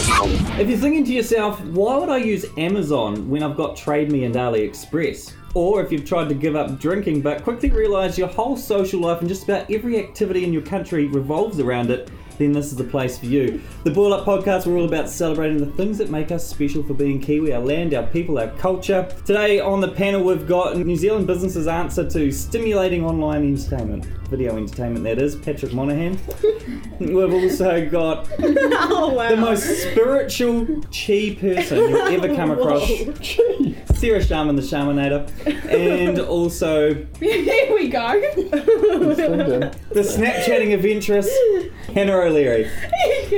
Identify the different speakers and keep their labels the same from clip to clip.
Speaker 1: If you're thinking to yourself, why would I use Amazon when I've got Trade Me and AliExpress? Or if you've tried to give up drinking but quickly realise your whole social life and just about every activity in your country revolves around it, then this is the place for you. The Boil Up Podcast, we're all about celebrating the things that make us special for being Kiwi, our land, our people, our culture. Today on the panel, we've got New Zealand businesses' answer to stimulating online entertainment, video entertainment that is, Patrick Monaghan. we've also got
Speaker 2: oh wow.
Speaker 1: the most spiritual chi person you'll ever come across. Sarah Shaman, the Shamanator, and also
Speaker 2: Here we go.
Speaker 1: the Snapchatting adventurous Hannah O'Leary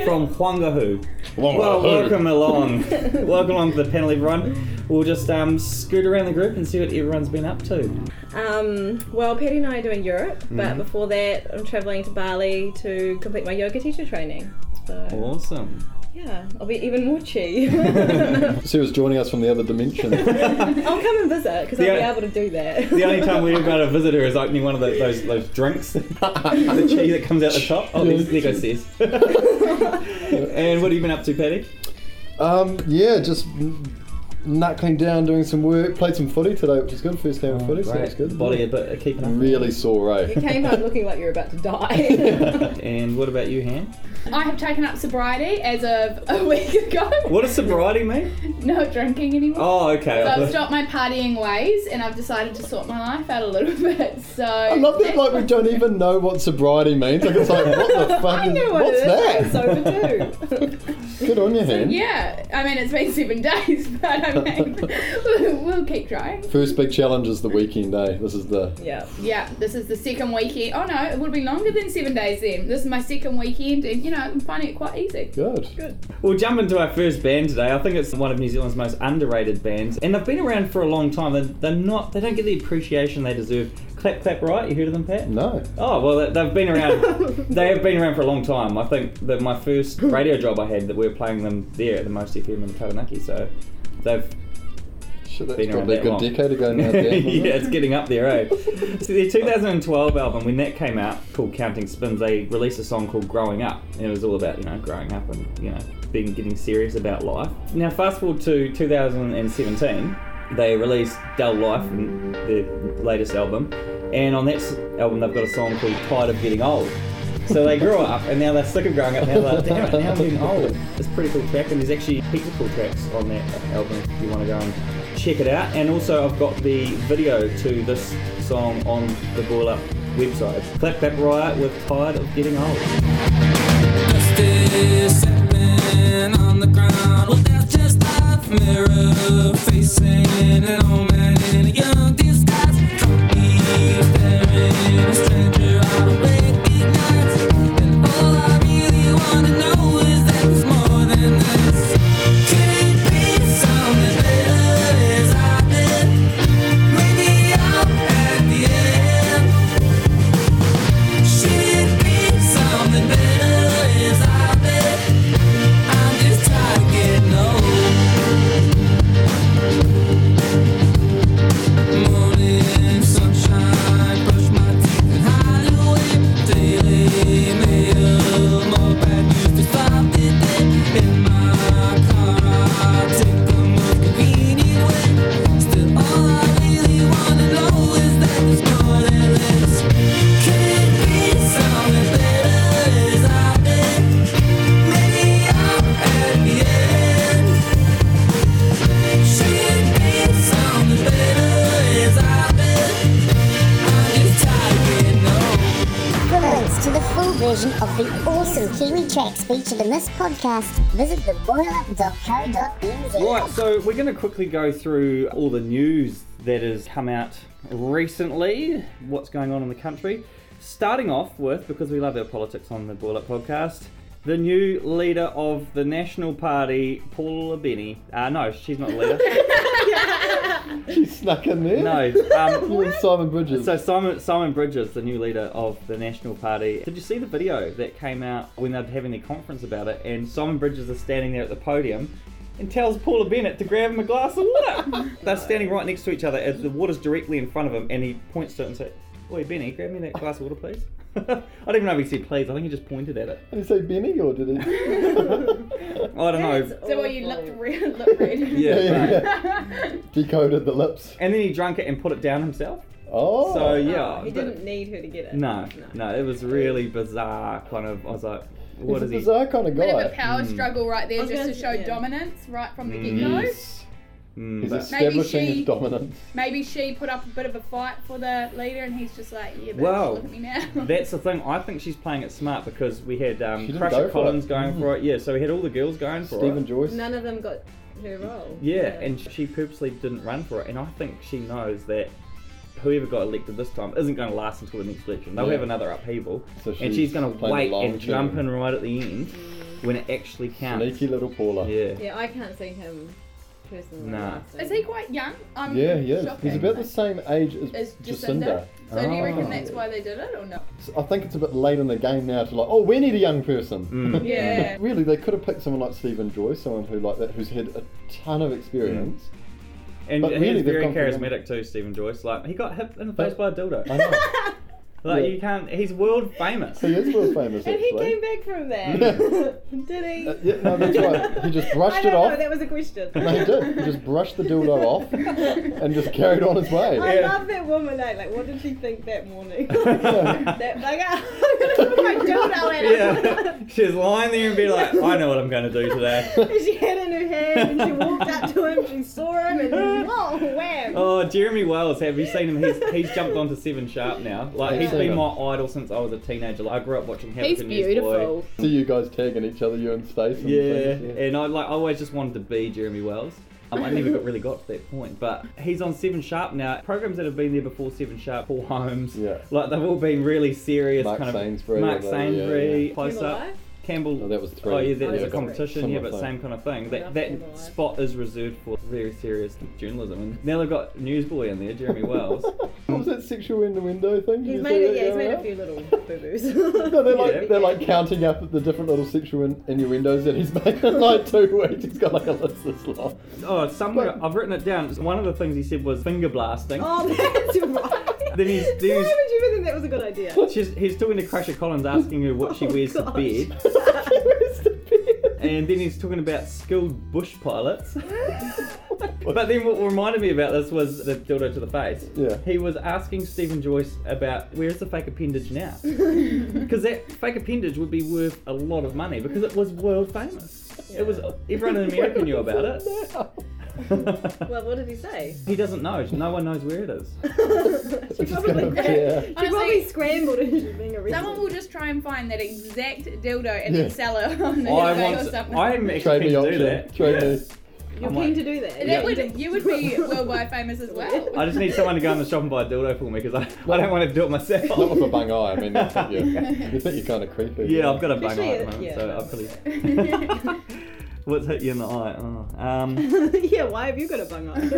Speaker 1: from Huangahoo. Well, welcome along. welcome along to the panel, everyone. We'll just um, scoot around the group and see what everyone's been up to.
Speaker 2: um, well, Patty and I are doing Europe,
Speaker 1: Mm-hmm.
Speaker 2: but before that, I'm traveling to Bali to complete my yoga teacher training. So
Speaker 1: Awesome.
Speaker 2: yeah, I'll be even more chi.
Speaker 3: Sarah's joining us from the other dimension.
Speaker 2: I'll come and visit because I'll
Speaker 1: Yeah.
Speaker 2: be able to do that.
Speaker 1: The only time we ever got a visitor is opening one of the, those those drinks, the cheese that comes out the top. Oh, there, there goes Sis. and what have you been up to, Patty?
Speaker 3: um, yeah, just knuckling down, doing some work. Played some footy today, which is good. First game of footy, so that's
Speaker 1: Right,
Speaker 3: good.
Speaker 1: Oh, Body a bit, uh, keeping up.
Speaker 3: Really sore, eh?
Speaker 2: You came home looking like you were about to die.
Speaker 1: And what about you, Han?
Speaker 4: I have taken up sobriety as of a week ago.
Speaker 1: What does sobriety mean?
Speaker 4: No drinking anymore.
Speaker 1: Oh, okay.
Speaker 4: So I've stopped my partying ways and I've decided to sort my life out a little bit. So
Speaker 3: I love that. Like we don't even know what sobriety means. Like it's like what the fuck?
Speaker 2: I
Speaker 3: Is,
Speaker 2: knew what
Speaker 3: what's
Speaker 2: it is.
Speaker 3: that?
Speaker 2: I was over too.
Speaker 3: Good on your hand.
Speaker 4: Yeah, I mean it's been seven days, but I mean we'll, we'll keep trying.
Speaker 3: First big challenge is the weekend, eh? This is the
Speaker 2: yeah.
Speaker 4: Yeah, this is the second weekend. Oh no, it would be longer than seven days then. This is my second weekend, and you know I'm finding it quite easy.
Speaker 3: good.
Speaker 1: We'll jump into our first band today. I think it's one of New Zealand's most underrated bands, and they've been around for a long time. They're, they're not. They don't get the appreciation they deserve. Clap, clap, right? You heard of them, Pat?
Speaker 3: No.
Speaker 1: Oh well, they- they've been around. they have been around for a long time. I think that my first radio job I had that we were playing them there at the Most FM in Taranaki. So they've
Speaker 3: Shit, that's
Speaker 1: Been around
Speaker 3: probably a
Speaker 1: that
Speaker 3: good
Speaker 1: long.
Speaker 3: decade ago now. Dan, wasn't
Speaker 1: yeah,
Speaker 3: it?
Speaker 1: it's getting up there, eh? so their 2012 album, when that came out, called Counting Spins, they released a song called Growing Up, and it was all about you know growing up and you know being getting serious about life. Now fast forward to 2017, they released Dull Life, and their latest album, and on that s- album they've got a song called Tired of Getting Old. So they grew up and now they're sick of growing up. Now they're like, damn it, now I'm getting old. It's a pretty cool track, and there's actually heaps of cool tracks on that album if you want to go and check it out. And also, I've got the video to this song on the Boil Up website. Clap Clap Riot with Tired of Getting Old.
Speaker 5: Justice happening on the ground. Well, that's just life. Mirror facing an old man in a young disguise. Can't be staring a stranger I don't recognize. And all I really want to know is that it's more than this. Could it be something better as I did? Maybe I'm at the end. Should be something better is I bet I'm just tired of getting old Morning sunshine, brush my teeth and hide away Daily mail, more bad news to stop the day In my car I take the most convenient way Still all I really wanna know is that it's more than this could be something better as I did. Maybe I'm at the end. Should be something better as I did. I'm just tired of getting old.
Speaker 6: equivalents to the full version of the awesome Kiwi tracks featured in this podcast, visit theboilerup.co.nz.
Speaker 1: Right, so we're going to quickly go through all the news that has come out recently, what's going on in the country. Starting off with, because we love our politics on the Boil Up podcast, the new leader of the National Party, Paula Benny. Uh, no, she's not the leader.
Speaker 3: She snuck in there.
Speaker 1: no. Um,
Speaker 3: You and Simon Bridges.
Speaker 1: so Simon, Simon Bridges, the new leader of the National Party, did you see the video that came out when they were having their conference about it? And Simon Bridges is standing there at the podium and tells Paula Bennett to grab him a glass of water. They're standing right next to each other as the water's directly in front of him, and he points to it and says, "Oi, Benny, grab me that glass of water, please." I don't even know if he said please. I think he just pointed at it.
Speaker 3: Did he say Benny or did he?
Speaker 1: I don't know.
Speaker 4: That's
Speaker 7: So what you
Speaker 4: awful.
Speaker 7: looked red, looked red.
Speaker 1: Yeah, right.
Speaker 3: Decoded the lips.
Speaker 1: And then he drank it and put it down himself.
Speaker 3: Oh.
Speaker 1: So
Speaker 4: Oh,
Speaker 1: yeah,
Speaker 4: he
Speaker 1: but-
Speaker 4: didn't need her to get it.
Speaker 1: No, no, it was really bizarre. Kind of, I was like, what
Speaker 3: He's a
Speaker 1: is he?
Speaker 3: bizarre kind of
Speaker 7: Bit of a
Speaker 3: guy.
Speaker 7: power
Speaker 1: Hmm.
Speaker 7: struggle right there,
Speaker 4: I was
Speaker 7: just to
Speaker 4: gonna
Speaker 7: show
Speaker 4: say, yeah.
Speaker 7: dominance right from the
Speaker 1: Mm.
Speaker 7: get go.
Speaker 3: Yes.
Speaker 1: Mm,
Speaker 3: He's
Speaker 1: but-
Speaker 3: establishing
Speaker 7: she-
Speaker 3: his dominance.
Speaker 7: Maybe she put up a bit of a fight for the leader, and he's just like, yeah, bitch,
Speaker 1: Wow.
Speaker 7: look at me now.
Speaker 1: That's the thing. I think she's playing it smart because we had um,
Speaker 3: She didn't
Speaker 1: Crusher
Speaker 3: go for
Speaker 1: Collins
Speaker 3: it. Mm-hmm.
Speaker 1: going for it. Yeah, so we had all the girls going for
Speaker 3: Stephen
Speaker 1: it.
Speaker 3: Joyce.
Speaker 4: None of them got her role.
Speaker 1: yeah, and she purposely didn't run for it. And I think she knows that whoever got elected this time isn't going to last until the next election. They'll
Speaker 3: Yeah.
Speaker 1: have another upheaval,
Speaker 3: So
Speaker 1: and
Speaker 3: she's
Speaker 1: she's going to
Speaker 3: playing the
Speaker 1: wait
Speaker 3: long
Speaker 1: and jump
Speaker 3: game.
Speaker 1: in right at the end when it actually counts.
Speaker 3: Sneaky little Paula.
Speaker 1: Yeah.
Speaker 4: yeah, I can't see him personally.
Speaker 1: Nah.
Speaker 4: lasting.
Speaker 7: Is he quite young? I'm
Speaker 3: Yeah, he is.
Speaker 7: shocked.
Speaker 3: He's about the same age as
Speaker 7: Is
Speaker 3: Jacinda.
Speaker 7: Jacinda? So do you
Speaker 1: Ah.
Speaker 7: reckon that's why they did it, or no?
Speaker 3: So I think it's a bit late in the game now to like, oh, we need a young person.
Speaker 1: Mm.
Speaker 4: Yeah.
Speaker 3: really, they could have picked someone like Stephen Joyce, someone who like that, who's had a ton of experience.
Speaker 1: Mm. And
Speaker 3: But really,
Speaker 1: he's
Speaker 3: they've
Speaker 1: very
Speaker 3: gone for him.
Speaker 1: charismatic too, Stephen Joyce. Like he got hit in the face by a dildo.
Speaker 3: I know.
Speaker 1: Like
Speaker 3: Yeah.
Speaker 1: you can't. He's world famous.
Speaker 3: he is world famous.
Speaker 4: And he came
Speaker 3: actually.
Speaker 4: back from that. Did he?
Speaker 3: Uh, yeah, no, that's right. He just brushed
Speaker 4: I don't
Speaker 3: it off.
Speaker 4: Know, that was a question.
Speaker 3: No, he did. He just brushed the dildo off and just carried on his way.
Speaker 4: I
Speaker 1: Yeah.
Speaker 4: love that woman. Like, like, what did she think that morning?
Speaker 1: Yeah.
Speaker 4: that bugger. I'm gonna put my dildo at
Speaker 1: yeah,
Speaker 4: her.
Speaker 1: she's lying there and be like, I know what I'm going to do today.
Speaker 4: And she had it in her hand, and she walked up to him. She saw him, and then, whoa, wham!
Speaker 1: Oh, Jeremy Wales, have you seen him? He's he's jumped onto Seven Sharp now. Like he's
Speaker 3: Yeah.
Speaker 1: been my idol since I was a teenager. Like, I grew up watching Havoc
Speaker 8: He's
Speaker 1: and Newsboy.
Speaker 8: beautiful.
Speaker 3: See you guys tagging each other, you and Stace. and
Speaker 1: Yeah,
Speaker 3: things,
Speaker 1: and I like I always just wanted to be Jeremy Wells. Um, I never got really got to that point, but he's on Seven Sharp now. Programs that have been there before Seven Sharp, Paul Holmes,
Speaker 3: Yeah.
Speaker 1: like they've all been really serious.
Speaker 3: Mark
Speaker 1: kind of
Speaker 3: Sainsbury,
Speaker 1: Mark
Speaker 3: although, yeah,
Speaker 1: Sainsbury,
Speaker 3: yeah.
Speaker 1: close
Speaker 4: Campbell
Speaker 1: up.
Speaker 4: Live?
Speaker 1: Campbell.
Speaker 3: Oh, that was three.
Speaker 1: Oh yeah, that
Speaker 4: Oh,
Speaker 1: was
Speaker 4: yeah,
Speaker 1: a
Speaker 4: got
Speaker 1: competition.
Speaker 3: three.
Speaker 1: Yeah, but
Speaker 3: Similar
Speaker 1: same kind of thing. That
Speaker 4: Love
Speaker 1: that
Speaker 4: Campbell Live.
Speaker 1: spot is reserved for very serious journalism. And now they've got Newsboy in there, Jeremy Wells.
Speaker 3: what was that sexual innuendo thing? Did
Speaker 4: He's
Speaker 3: you
Speaker 4: made
Speaker 3: see
Speaker 4: it.
Speaker 3: that
Speaker 4: Yeah, he's made
Speaker 3: going
Speaker 4: a
Speaker 3: around?
Speaker 4: few little boo boos.
Speaker 3: No, they're like
Speaker 1: Yeah.
Speaker 3: they're like counting up the different little sexual in- innuendos that he's made in like two weeks. He's got like a list this long.
Speaker 1: oh, somewhere
Speaker 3: But-
Speaker 1: I've written it down. One of the things he said was finger blasting.
Speaker 4: Oh, that's right.
Speaker 1: Then he's- then he's-
Speaker 4: Why would you even think that was a good idea?
Speaker 1: She's, he's talking to Crusher Collins, asking her what she
Speaker 4: Oh,
Speaker 1: wears
Speaker 4: gosh.
Speaker 1: to bed. And then he's talking about skilled bush pilots. but then what reminded me about this was the dildo to the face.
Speaker 3: Yeah.
Speaker 1: He was asking Stephen Joyce about where's the fake appendage now? Because that fake appendage would be worth a lot of money because it was world famous. It was everyone in America knew about it.
Speaker 4: well, what did he say?
Speaker 1: he doesn't know. No one knows where it is.
Speaker 4: she
Speaker 3: Just gonna-
Speaker 4: probably,
Speaker 3: yeah.
Speaker 4: she probably
Speaker 7: Honestly,
Speaker 4: scrambled into being arrested.
Speaker 7: someone will just try and find that exact dildo and
Speaker 3: Yeah.
Speaker 7: then sell it on the
Speaker 1: I
Speaker 7: eBay
Speaker 1: want.
Speaker 7: or something.
Speaker 1: I am actually
Speaker 3: Trade
Speaker 1: keen
Speaker 3: me
Speaker 1: to do
Speaker 3: option.
Speaker 1: that.
Speaker 3: Trade
Speaker 1: Yeah.
Speaker 3: me.
Speaker 4: You're
Speaker 1: I'm
Speaker 4: keen
Speaker 1: like-
Speaker 4: to do that.
Speaker 7: that would you would be worldwide famous as well.
Speaker 1: I just need someone to go in the shop and buy a dildo for me because I, I don't want to do it myself.
Speaker 3: Not with a bung eye. I mean, I think you're,
Speaker 1: Yeah.
Speaker 3: you think you're kind of creepy.
Speaker 1: Yeah, I've got a bang
Speaker 4: Especially
Speaker 1: eye at the
Speaker 4: if-
Speaker 1: moment,
Speaker 4: yeah,
Speaker 1: so I've
Speaker 4: that's
Speaker 1: probably. What's hit you in the eye? Oh. Um,
Speaker 4: yeah, why have you got a bung on?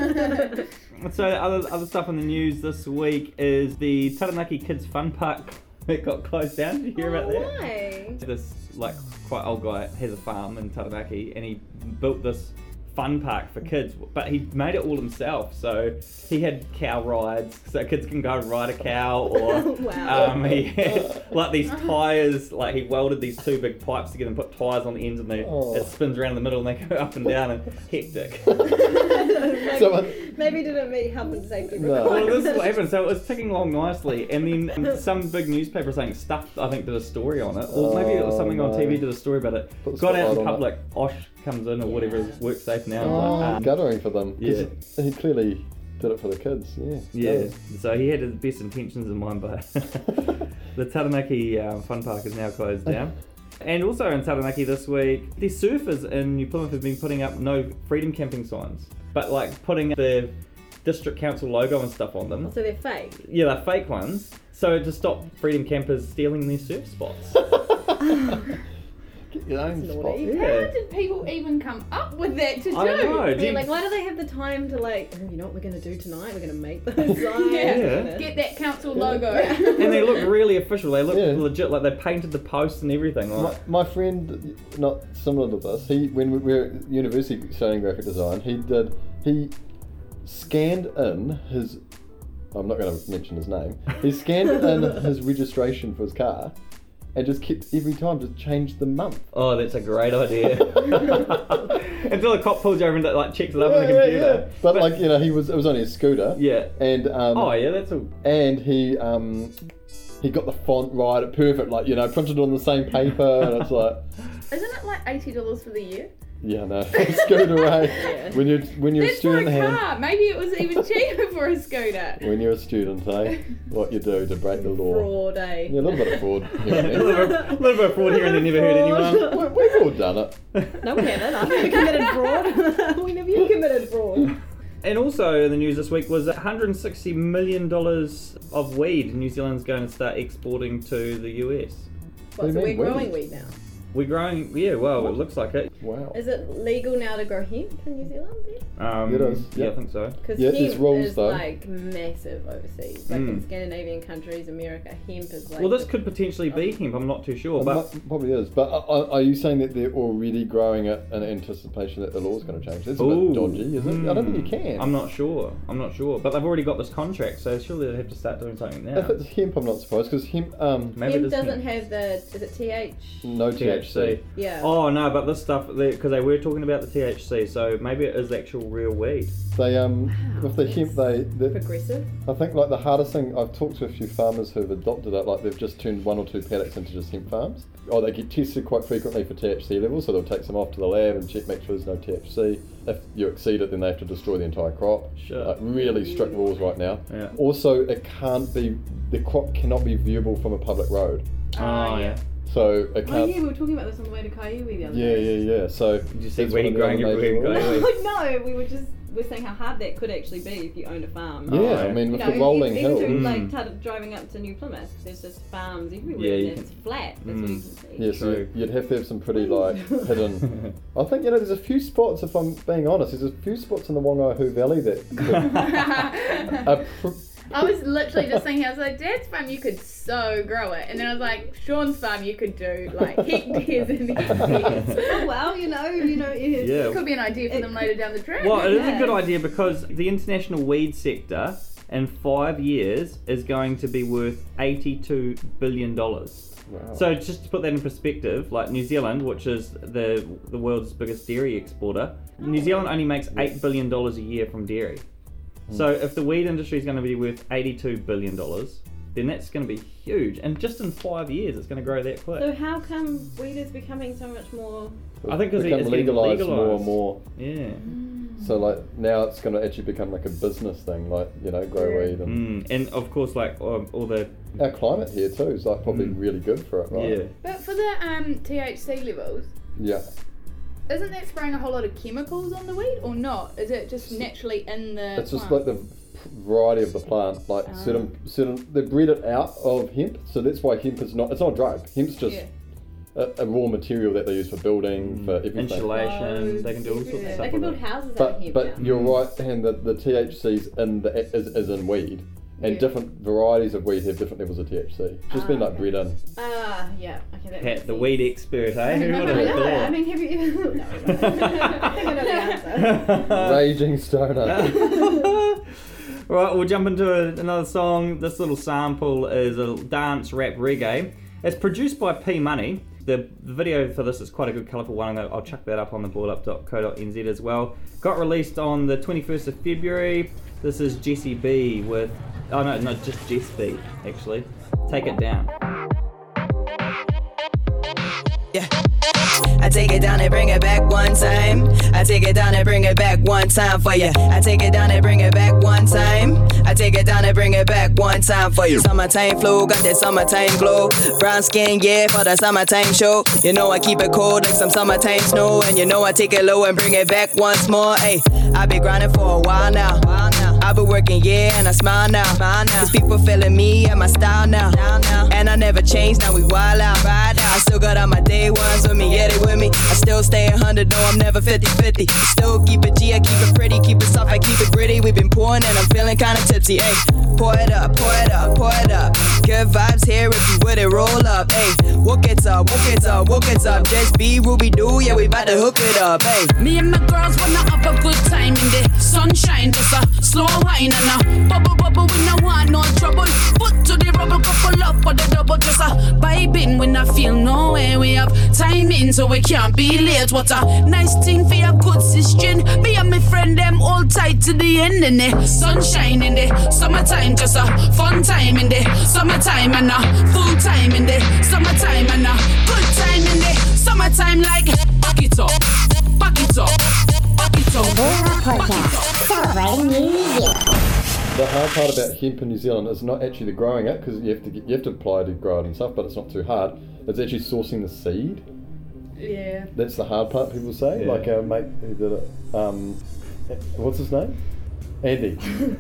Speaker 1: so the other other stuff in the news this week is the Taranaki Kids Fun Park that got closed down. Did you hear
Speaker 4: Oh,
Speaker 1: about that?
Speaker 4: Why?
Speaker 1: This like quite old guy has a farm in Taranaki, and he built this fun park for kids, but he made it all himself. So he had cow rides, so kids can go and ride a cow, or
Speaker 4: Wow.
Speaker 1: um, he had like these tires. Like he welded these two big pipes together and put tires on the ends, and they
Speaker 3: Oh.
Speaker 1: it spins around in the middle, and they go up and down, and hectic.
Speaker 4: Like,
Speaker 3: Someone-
Speaker 4: maybe didn't meet health and safety
Speaker 3: No.
Speaker 1: Well,
Speaker 4: requirements.
Speaker 1: this is what happened. So it was ticking along nicely, and then some big newspaper saying stuff. I think did a story on it, or maybe it was
Speaker 3: Oh,
Speaker 1: something
Speaker 3: no.
Speaker 1: on TV did a story about it.
Speaker 3: Put the
Speaker 1: Got out
Speaker 3: spotlight
Speaker 1: in
Speaker 3: on
Speaker 1: public. Osh comes in or whatever is work safe now.
Speaker 3: Oh,
Speaker 1: Like, um,
Speaker 3: guttering for them. 'Cause He clearly did it for the kids. Yeah.
Speaker 1: yeah. So he had his best intentions in mind, but the Taranaki um, Fun Park is now closed down. And also in Taranaki this week, the surfers in New Plymouth have been putting up no freedom camping signs, but like putting the district council logo and stuff on them.
Speaker 4: So they're fake.
Speaker 1: Yeah, they're fake ones. So to stop freedom campers stealing their surf spots.
Speaker 3: Get your own
Speaker 4: That's
Speaker 3: spot.
Speaker 4: naughty.
Speaker 7: How
Speaker 1: Yeah.
Speaker 7: did people even come up with that to do?
Speaker 1: I don't know. Do
Speaker 4: Yeah,
Speaker 1: you-
Speaker 4: like, why do they have the time to like? "Oh, you know what we're gonna do tonight? We're gonna make those signs.
Speaker 7: Yeah.
Speaker 4: We're gonna-"
Speaker 7: Get that council logo.
Speaker 1: and they look really official. They look
Speaker 3: Yeah.
Speaker 1: legit. Like they painted the posts and everything.
Speaker 3: My,
Speaker 1: Like,
Speaker 3: my friend, not similar to this, he when we were at university studying graphic design, he did he scanned in his I'm not going to mention his name. He scanned in his registration for his car, and just kept every time just changed the month.
Speaker 1: Oh, that's a great idea. Until a cop pulls you over and like checks it up on the
Speaker 3: Oh, Yeah, yeah,
Speaker 1: computer.
Speaker 3: yeah. But, like you know, he was it was on his scooter.
Speaker 1: Yeah.
Speaker 3: And um,
Speaker 1: Oh yeah, that's all.
Speaker 3: and he um he got the font right, it perfect, like you know, printed on the same paper, and it's like,
Speaker 7: Isn't it like eighty dollars for the year?
Speaker 3: yeah, no, scooter, eh? When you're when you're a
Speaker 7: That's for a
Speaker 3: student,
Speaker 7: car.
Speaker 3: hand,
Speaker 7: Maybe it was even cheaper for a scooter.
Speaker 3: when you're a student, eh? What you do to break the law?
Speaker 4: Broad, eh?
Speaker 3: Yeah, a little bit of fraud. here
Speaker 1: a
Speaker 3: and there.
Speaker 1: little bit- little bit of fraud here and they never heard anyone.
Speaker 3: We- We've all done it.
Speaker 4: No, we haven't. I've never committed fraud. we never you committed fraud.
Speaker 1: And also in the news this week was 160 million dollars of weed New Zealand's going to start exporting to the US.
Speaker 3: What do you
Speaker 4: What, so we're
Speaker 3: mean,
Speaker 4: growing
Speaker 3: weed?
Speaker 4: weed now.
Speaker 1: We're growing, yeah. Well, it looks like it.
Speaker 3: Wow.
Speaker 4: Is it legal now to grow hemp in New Zealand then?
Speaker 1: Um,
Speaker 3: It is,
Speaker 1: Yeah,
Speaker 3: yep.
Speaker 1: I think so.
Speaker 4: Because
Speaker 3: Yeah,
Speaker 4: hemp
Speaker 3: there's rules,
Speaker 4: is
Speaker 3: though.
Speaker 4: like massive overseas, like in
Speaker 3: Hmm.
Speaker 1: Mm.
Speaker 4: Scandinavian countries, America. Hemp is like
Speaker 1: Well, this
Speaker 4: the-
Speaker 1: could potentially be hemp. I'm not too sure,
Speaker 3: It
Speaker 1: but
Speaker 3: mu- probably is, but are- are, are you saying that they're already growing it in anticipation that the law's going to change? That's a
Speaker 1: Ooh.
Speaker 3: bit dodgy, is it? I don't think you
Speaker 1: Hmm.
Speaker 3: can.
Speaker 1: I'm not sure. I'm not sure. But they've already got this contract, so surely they have to start doing something now.
Speaker 3: If it's hemp, I'm not surprised because hemp, um,
Speaker 1: Maybe
Speaker 4: hemp
Speaker 1: it is
Speaker 4: doesn't have the is it TH?
Speaker 3: no THC.
Speaker 1: THC.
Speaker 4: Yeah.
Speaker 1: Oh no, but this stuff because they were talking about the THC, so maybe it is actual real weed.
Speaker 3: They um, with the hemp, they, they
Speaker 4: Progressive.
Speaker 3: I think like the hardest thing I've talked to a few farmers who've adopted it, like they've just turned one or two paddocks into just hemp farms. Or they get tested quite frequently for THC levels, so they'll take some off to the lab and check, make sure there's no THC. If you exceed it, then they have to destroy the entire crop.
Speaker 1: Shit.
Speaker 3: Like really strict rules right now.
Speaker 1: Yeah.
Speaker 3: Also, it can't be the crop cannot be viewable from a public road,
Speaker 1: Oh, yeah.
Speaker 3: so it
Speaker 4: Oh yeah,
Speaker 3: can't.
Speaker 4: we were talking about this on the way to Kaiui the other
Speaker 3: yeah,
Speaker 4: day.
Speaker 3: yeah, yeah. So
Speaker 1: you see
Speaker 3: that's
Speaker 1: weed
Speaker 3: one of the
Speaker 1: growing
Speaker 3: other major
Speaker 1: everywhere in
Speaker 3: rules.
Speaker 1: Kaiui?
Speaker 4: no, we were just we're saying how hard that could actually be if you owned a farm.
Speaker 3: Yeah,
Speaker 1: Oh,
Speaker 3: I
Speaker 1: yeah.
Speaker 3: mean
Speaker 4: You
Speaker 3: with
Speaker 4: know,
Speaker 3: the rolling
Speaker 4: even
Speaker 3: hills.
Speaker 4: to, like
Speaker 1: Mm.
Speaker 4: t- driving up to New Plymouth, there's just farms everywhere.
Speaker 1: Yeah, you
Speaker 4: and it's flat. That's what you
Speaker 1: Mm.
Speaker 4: can see.
Speaker 3: Yes,
Speaker 1: True.
Speaker 3: you'd have to have some pretty like hidden. I think you know there's a few spots. If I'm being honest, there's a few spots in the Wangaihu Valley that
Speaker 7: I
Speaker 3: are pr-
Speaker 7: was literally just thinking, I was like, Dad's farm, you could so grow it. And then I was like, Sean's farm, you could do like hectares and
Speaker 4: Oh,
Speaker 7: hectares.
Speaker 4: well, you know, you know, it,
Speaker 1: Yeah.
Speaker 7: Could be an idea for them later down the track.
Speaker 1: Well, it is a
Speaker 4: Yeah.
Speaker 1: good idea because the international weed sector in five years is going to be worth $82 billion.
Speaker 3: Wow.
Speaker 1: So just to put that in perspective, like New Zealand, which is the the world's biggest dairy exporter, New Zealand only makes eight billion dollars a year from dairy.
Speaker 4: Hmm.
Speaker 1: So if the weed industry is going to be worth eighty-two billion dollars, then that's going to be huge. And just in five years, it's going to grow that quick.
Speaker 4: So how come weed is becoming so much more?
Speaker 1: I think 'cause it-
Speaker 3: become
Speaker 1: it's getting
Speaker 3: legalized,
Speaker 1: legalised.
Speaker 3: more and more.
Speaker 1: yeah.
Speaker 3: So like now it's going to actually become like a business thing, like you know grow weed
Speaker 4: Hmm.
Speaker 3: and
Speaker 1: Mm. And of course, like um, all the
Speaker 3: our climate here too is like probably really good for it,
Speaker 1: Mm. yeah.
Speaker 3: right?
Speaker 7: But for the um, THC levels,
Speaker 3: Yeah.
Speaker 7: isn't that spraying a whole lot of chemicals on the weed or not? Is it just naturally in the.
Speaker 3: It's just like
Speaker 7: plant?
Speaker 3: the variety of the plant, like certain certain they breed it out of hemp, so that's why hemp is not it's not a drug. Hemp's just
Speaker 7: Yeah.
Speaker 3: a, a raw material that they use for building for everything.
Speaker 1: Mm. insulation. They can do all sorts of
Speaker 7: Yeah.
Speaker 1: stuff.
Speaker 4: They can
Speaker 1: with
Speaker 4: build
Speaker 1: it.
Speaker 4: houses out of
Speaker 3: But
Speaker 4: hemp
Speaker 3: but
Speaker 4: now.
Speaker 3: you're right, and the, the THC's in the is, is in weed, and
Speaker 7: Yeah.
Speaker 3: different varieties of weed have different levels of THC. It's just been like bred in.
Speaker 4: Ah, yeah. Okay, that makes
Speaker 1: Pat, the
Speaker 4: sense.
Speaker 1: weed expert, eh? Who would
Speaker 4: I
Speaker 1: have
Speaker 4: know. I
Speaker 1: thought?
Speaker 4: mean, have you ever? No, I don't know. I think I know the answer.
Speaker 1: Uh,
Speaker 3: Raging stoner.
Speaker 1: right, we'll jump into a, another song. This little sample is a dance rap reggae. It's produced by P Money. The, the video for this is quite a good, colourful one. I'll I'll chuck that up on the boardup.co.nz as well. Got released on the 21st of February. This is Jesse B with. Oh no, not just Jess B, actually. Take it down.
Speaker 9: Yeah. I take it down and bring it back one time. I take it down and bring it back one time for you. I take it down and bring it back one time. I take it down and bring it back one time for you. Summertime flow, got that summertime glow. Brown skin, yeah, for the summertime show. You know I keep it cold like some summertime snow. And you know I take it low and bring it back once more. Hey, i been grinding for a while now. I've been working, yeah, and I smile now. Cause people feeling me and my style now. And I never change, now we wild out. Ride out. I still got all my day ones with me, yeah, they with me. I still stay 100, though I'm never 50 50. Still keep it G, I keep it pretty, keep it soft, I keep it gritty. We've been pouring and I'm feeling kinda tipsy, ayy. Pour it up, pour it up, pour it up. Good vibes here if you with it, roll up, ayy. Wook it up, wook it up, wook it up. Just be Ruby Doo, yeah, we bout to hook it up, ayy.
Speaker 10: Me and my girls wanna have a good time in the sunshine, just a slow wine
Speaker 5: wine and a bubble bubble. We no want no trouble. Foot to the rubble, couple up for the double dresser. Vibing, we not feel no way. We have timing, so we can't be late. What a nice thing for your good sister. Me and my friend them all tight to the end in the sunshine in the summertime, just a fun time in the summertime and a full time in the summertime and a good time in the summertime. Like back it up, back it up, back it up.
Speaker 6: Ballroom Podcast, celebrating New Year.
Speaker 3: The hard part about hemp in New Zealand is not actually the growing it because you have to get, you have to apply to grow it and stuff, but it's not too hard. It's actually sourcing the seed.
Speaker 4: Yeah.
Speaker 3: That's the hard part. People say,
Speaker 1: Yeah.
Speaker 3: like our mate who did it. Um, what's his name? Andy.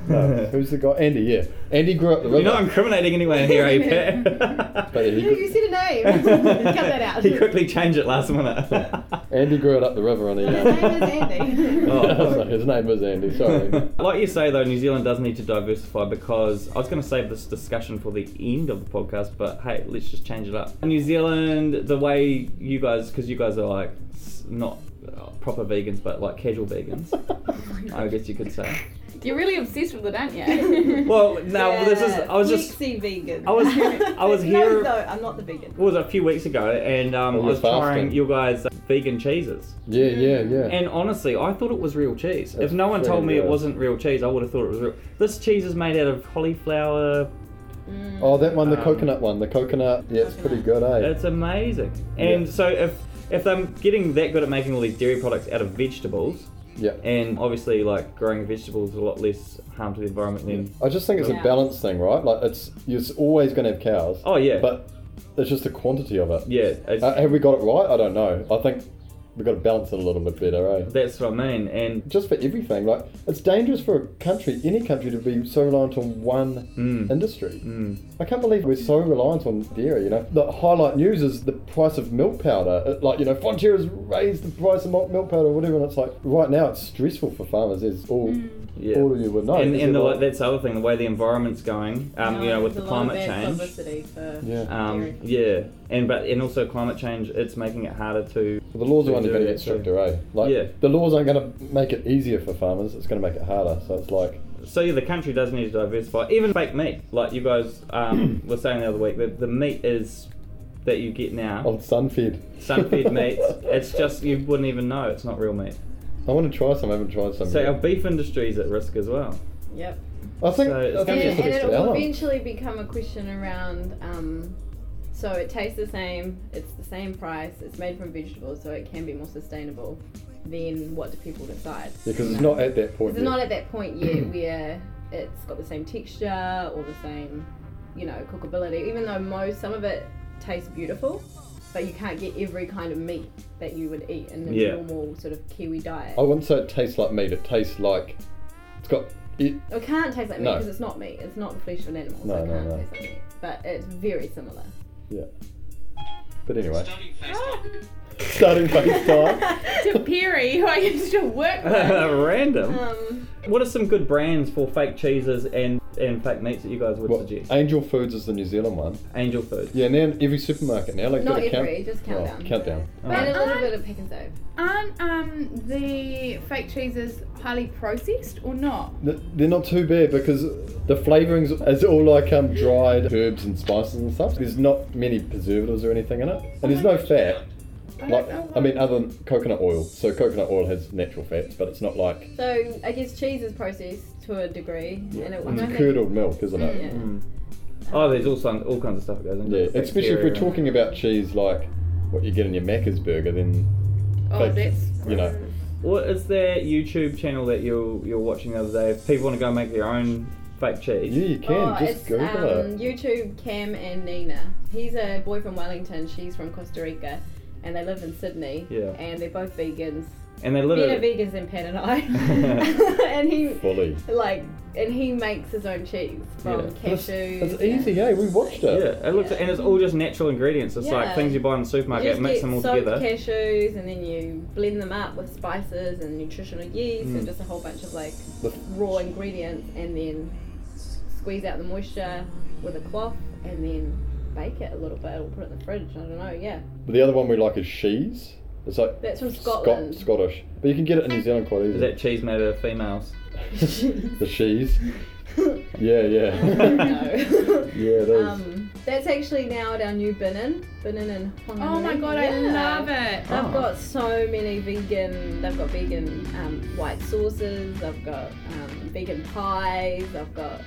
Speaker 3: No, who's the guy? Andy. Yeah, Andy grew up the
Speaker 1: You're not
Speaker 3: river.
Speaker 1: incriminating anyone here, are you,
Speaker 3: But
Speaker 1: Pat?
Speaker 3: he
Speaker 4: You
Speaker 3: grew,
Speaker 4: said a name. Cut that out.
Speaker 1: he quickly changed it last minute.
Speaker 3: Andy grew it up the river on a. um,
Speaker 4: His name is Andy.
Speaker 1: Oh.
Speaker 3: Sorry, his name is Andy. Sorry.
Speaker 1: like you say though, New Zealand does need to diversify because I was going to save this discussion for the end of the podcast, but hey, let's just change it up. New Zealand, the way you guys, because you guys are like s- not uh, proper vegans, but like casual vegans,
Speaker 3: Oh
Speaker 1: I guess you could say.
Speaker 4: You're really obsessed with it, aren't you?
Speaker 1: Well, no, this is I was just
Speaker 11: Flexi vegan.
Speaker 1: I was I was
Speaker 11: No,
Speaker 1: here.
Speaker 11: no, I'm not the vegan.
Speaker 1: What was it, a few weeks ago, and um,
Speaker 3: Oh,
Speaker 1: I
Speaker 3: you're
Speaker 1: was trying
Speaker 3: fasting.
Speaker 1: you guys' vegan cheeses.
Speaker 3: yeah, yeah, yeah.
Speaker 1: And honestly, I thought it was real cheese. if
Speaker 3: That's
Speaker 1: no one
Speaker 3: pretty
Speaker 1: told me it
Speaker 3: good.
Speaker 1: wasn't real cheese, I would have thought it was real. This cheese is made out of cauliflower.
Speaker 3: oh, that one, the
Speaker 1: Um,
Speaker 3: coconut one, the coconut. Yeah, it's pretty good, eh?
Speaker 1: It's amazing. And
Speaker 3: Yeah.
Speaker 1: so if if I'm getting that good at making all these dairy products out of vegetables,
Speaker 3: yeah.
Speaker 1: and obviously like growing vegetables is a lot less harm to the environment than
Speaker 3: I just think it's a balance thing, right? Like it's you're always going to have cows.
Speaker 1: oh yeah,
Speaker 3: But it's just the quantity of it.
Speaker 1: yeah, it's,
Speaker 3: Uh, have we got it right? I don't know. I think we've got to balance it a little bit better, eh?
Speaker 1: that's what I mean. And
Speaker 3: Just for everything, like it's dangerous for a country, any country, to be so reliant on one
Speaker 1: Mm.
Speaker 3: industry. I can't believe we're so reliant on dairy. You know, the highlight news is the price of milk powder. It- like you know, Fonterra's raised the price of milk milk powder, or whatever. And it's like right now, it's stressful for farmers. As all
Speaker 1: yeah.
Speaker 3: all of you would know.
Speaker 1: and
Speaker 3: Is
Speaker 1: and
Speaker 3: it
Speaker 1: the,
Speaker 3: like-
Speaker 1: that's the other thing, the way the environment's going, um, you know, with the
Speaker 11: There's a lot of
Speaker 1: climate
Speaker 11: bad
Speaker 1: change.
Speaker 11: Publicity for
Speaker 3: yeah.
Speaker 1: Um, yeah, and but and also climate change, it's making it harder to.
Speaker 3: Well, the laws are
Speaker 1: Yeah,
Speaker 3: only going
Speaker 1: yeah,
Speaker 3: to get
Speaker 1: so-
Speaker 3: stricter, eh? Like,
Speaker 1: Yeah.
Speaker 3: the laws aren't going to make it easier for farmers. It's going to make it harder. So it's like,
Speaker 1: So yeah, the country does need to diversify. Even fake meat, like you guys um, were saying the other week, the, the meat is that you get now,
Speaker 3: oh, it's sun-fed.
Speaker 1: sun-fed meat. It's just you wouldn't even know it's not real meat.
Speaker 3: I want to try some. I haven't tried some.
Speaker 1: So
Speaker 3: yet.
Speaker 1: our beef industry is at risk as well.
Speaker 11: Yep.
Speaker 3: I think
Speaker 1: so it's
Speaker 3: I
Speaker 1: gonna
Speaker 3: think
Speaker 1: be-
Speaker 4: and,
Speaker 3: it's
Speaker 4: and
Speaker 3: a bit
Speaker 4: it'll
Speaker 3: balanced.
Speaker 4: eventually become a question around um, so it tastes the same it's the same price it's made from vegetables so it can be more sustainable then what do people decide
Speaker 3: Because it's not at that point
Speaker 4: it's
Speaker 3: yet.
Speaker 4: not at that point yet where it's got the same texture or the same you know cookability even though most some of it tastes beautiful but you can't get every kind of meat that you would eat in a
Speaker 1: Yeah.
Speaker 4: normal sort of kiwi diet
Speaker 3: I wouldn't say it tastes like meat. It tastes like it's got. It,
Speaker 4: It can't taste like meat
Speaker 3: No.
Speaker 4: because it's not meat. It's not the flesh of an animal.
Speaker 3: No,
Speaker 4: so it
Speaker 3: no,
Speaker 4: can't
Speaker 3: no.
Speaker 4: taste like meat. But it's very similar.
Speaker 3: yeah. But anyway,
Speaker 4: to
Speaker 3: starting face time.
Speaker 4: Perry, who I used to work
Speaker 3: Uh-huh.
Speaker 4: with.
Speaker 1: Random.
Speaker 4: Um,
Speaker 1: What are some good brands for fake cheeses and and fake meats that you guys would
Speaker 3: Well,
Speaker 1: suggest?
Speaker 3: Angel Foods is the New Zealand one.
Speaker 1: Angel food.
Speaker 3: Yeah, and then every supermarket now. Like,
Speaker 4: Not
Speaker 3: got a
Speaker 4: every,
Speaker 3: count,
Speaker 4: just
Speaker 3: well,
Speaker 4: Countdown.
Speaker 3: countdown.
Speaker 4: and a little
Speaker 7: um,
Speaker 4: bit of pick and save.
Speaker 7: Aren't um, the fake cheeses highly processed or not?
Speaker 3: Th- They're not too bad because the flavourings is all like um, dried herbs and spices and stuff. There's not many preservatives or anything in it, and there's no fat. Like, I mean, other than coconut oil. So coconut oil has natural fats, but it's not like
Speaker 4: So I guess cheese is processed to a degree, and it, I don't
Speaker 3: it's
Speaker 4: think-
Speaker 3: curdled milk, isn't
Speaker 4: Yeah.
Speaker 3: it?
Speaker 1: Oh, there's all some, all kinds of stuff that goes into
Speaker 3: Yeah,
Speaker 1: it.
Speaker 3: especially if
Speaker 1: Bacteria
Speaker 3: we're
Speaker 1: and-
Speaker 3: talking about cheese like what you get in your Macca's burger, then
Speaker 7: Oh,
Speaker 3: fake-
Speaker 7: that's
Speaker 3: you know.
Speaker 1: What is their YouTube channel that you're you're watching the other day? If people want to go make their own fake cheese,
Speaker 3: Yeah, you can
Speaker 4: oh,
Speaker 3: just
Speaker 4: it's
Speaker 3: Google
Speaker 4: um,
Speaker 3: it.
Speaker 4: YouTube Cam and Nina. He's a boy from Wellington. She's from Costa Rica, and they live in Sydney.
Speaker 1: Yeah.
Speaker 4: And they're both vegans.
Speaker 1: and they
Speaker 4: Better
Speaker 1: literally
Speaker 4: vegans than Pat and I. and he
Speaker 3: Fully.
Speaker 4: like and he makes his own cheese from
Speaker 1: Yeah.
Speaker 3: It's,
Speaker 4: cashews.
Speaker 3: it's easy, eh? We watched
Speaker 1: yeah,
Speaker 3: it.
Speaker 1: it looks and it's all just natural ingredients. It's like
Speaker 4: Yeah.
Speaker 1: things you buy in the
Speaker 4: You
Speaker 1: supermarket,
Speaker 4: just
Speaker 1: mix
Speaker 4: get
Speaker 1: them all
Speaker 4: soaked
Speaker 1: together.
Speaker 4: cashews and then you blend them up with spices and nutritional yeast
Speaker 1: Mm.
Speaker 4: and just a whole bunch of like
Speaker 3: The-
Speaker 4: raw ingredients and then squeeze out the moisture with a cloth and then bake it a little bit or put it in the fridge. I don't know. Yeah,
Speaker 3: But the other one we like is cheese. It's like
Speaker 4: That's from
Speaker 3: Scot-
Speaker 4: Scotland.
Speaker 3: Scottish, but you can get it in New Zealand quite easily.
Speaker 1: Is that cheese made of females?
Speaker 3: the cheese. Yeah, yeah.
Speaker 4: no.
Speaker 3: yeah, it is.
Speaker 4: Um, that's actually now at our new Binin, Binin and
Speaker 7: Oh my god, I love it.
Speaker 4: They've
Speaker 1: Oh.
Speaker 4: got so many vegan. They've got vegan um, white sauces. They've got um, vegan pies. They've got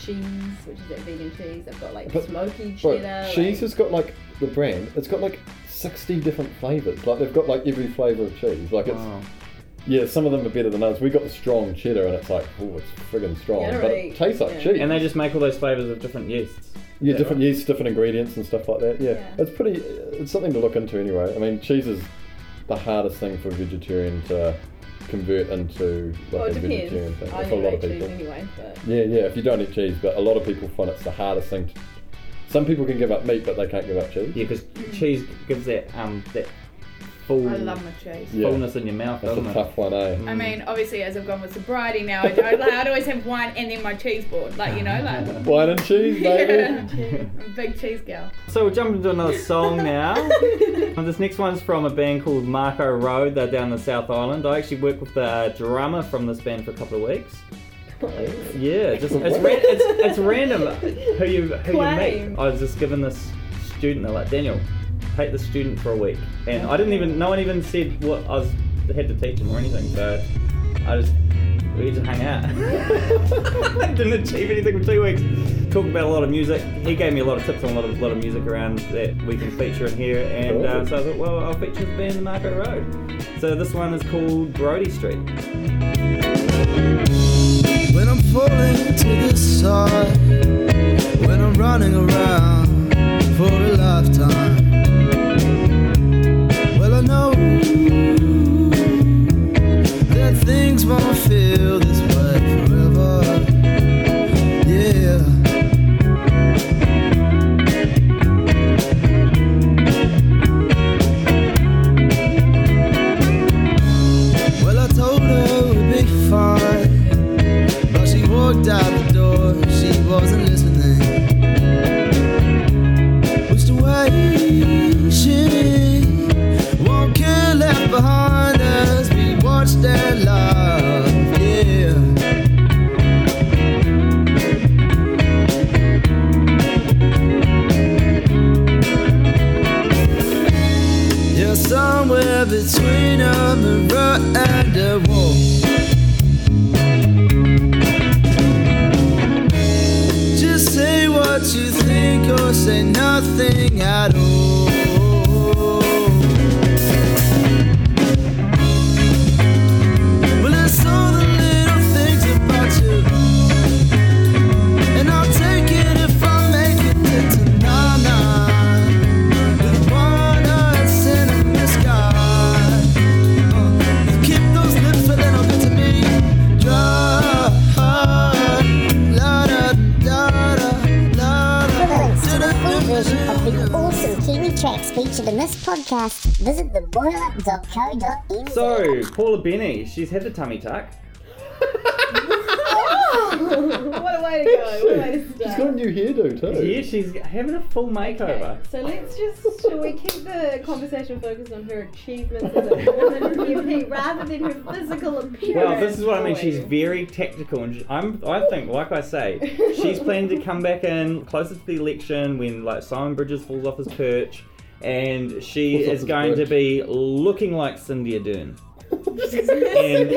Speaker 4: cheese, which is that vegan cheese. They've got like
Speaker 3: But-
Speaker 4: smoky
Speaker 3: Bro,
Speaker 4: cheddar. uh, like-
Speaker 3: cheese has got like the brand. It's got like sixty different flavors. Like they've got like every flavor of cheese. Like it's
Speaker 1: Wow.
Speaker 3: yeah, some of them are better than others. We got the strong cheddar, and it's like oh, it's friggin' strong,
Speaker 4: Yeah,
Speaker 3: but
Speaker 4: right.
Speaker 3: it tastes like
Speaker 4: Yeah.
Speaker 3: cheese.
Speaker 1: And they just make all those flavors of different yeasts.
Speaker 3: yeah,
Speaker 1: Yeah,
Speaker 3: different
Speaker 1: right.
Speaker 3: yeasts, different ingredients, and stuff like that. Yeah.
Speaker 4: Yeah.
Speaker 3: it's pretty. It's something to look into anyway. I mean, cheese is the hardest thing for a vegetarian to convert into like
Speaker 4: Well,
Speaker 3: a
Speaker 4: it
Speaker 3: vegetarian
Speaker 4: depends.
Speaker 3: thing
Speaker 4: I
Speaker 3: for a
Speaker 4: never
Speaker 3: lot
Speaker 4: ate
Speaker 3: of
Speaker 4: cheese
Speaker 3: people.
Speaker 4: anyway, but
Speaker 3: Yeah, yeah. If you don't eat cheese, but a lot of people find it's the hardest thing. to... Some people can give up meat, but they can't give up cheese.
Speaker 1: Yeah, because cheese gives that um that full
Speaker 7: I love my cheese.
Speaker 3: Yeah.
Speaker 1: fullness in your mouth,
Speaker 3: That's
Speaker 1: doesn't
Speaker 3: a
Speaker 1: it?
Speaker 3: tough one, eh?
Speaker 7: I mean, obviously, as I've gone with sobriety now, I don't, like, I'd always have wine and then my cheese board, like you know, like
Speaker 3: Wine and cheese, baby.
Speaker 7: yeah, I'm a big cheese gal.
Speaker 1: So we're jumping to another song now. And this next one's from a band called Marco Road. They're down in South Island. I actually worked with the drummer from this band for a couple of weeks. Yeah, just it's, ran, it's, it's random who you who you
Speaker 4: Claim.
Speaker 1: meet. I was just given this student. They're like, Daniel, take the student for a week, and I didn't even no one even said what I was had to teach him or anything. So I just we just hung out. didn't achieve anything for two weeks. Talked about a lot of music. He gave me a lot of tips on a lot of lot of music around that we can feature in here, and uh,
Speaker 3: Cool.
Speaker 1: so I thought, well, I'll feature the band Marco Road. So this one is called Brody Street.
Speaker 12: When I'm falling to the side, when I'm running around for a lifetime. Well, I know that things won't feel this way forever. Yeah. Well, I told her it would be fine. But she walked out the door, she wasn't listening. Which the way she won't care left behind us, we watched that love, yeah. Yeah, somewhere between a mirror and a wall. Just say what you think or say nothing at all. Well, I saw the little things about you, and I'll take it if I make it there tonight. With one us in a misguide. Uh, keep those lips a little bit to me. Dry, la da da da la da.
Speaker 6: Equivalents to the full version of the awesome Kiwi tracks featured in this podcast, visit theboilerup.co.nz.
Speaker 1: So Paula Benny, she's had the tummy tuck.
Speaker 4: what a way to go! What a way to
Speaker 3: She's
Speaker 4: start.
Speaker 3: got a new hairdo too.
Speaker 1: Yeah, she's having a full makeover.
Speaker 4: So let's just, shall we keep the conversation focused on her achievements as a woman MP rather than her physical appearance?
Speaker 1: Well, this is what I mean.
Speaker 4: boy?
Speaker 1: She's very tactical, and she- I'm. I think, like I say, she's planning to come back in closer to the election when, like, Simon Bridges falls off his perch, and she
Speaker 3: Falls off
Speaker 1: is
Speaker 3: his
Speaker 1: going to
Speaker 3: perch.
Speaker 1: be looking like Cindy Ardern. and,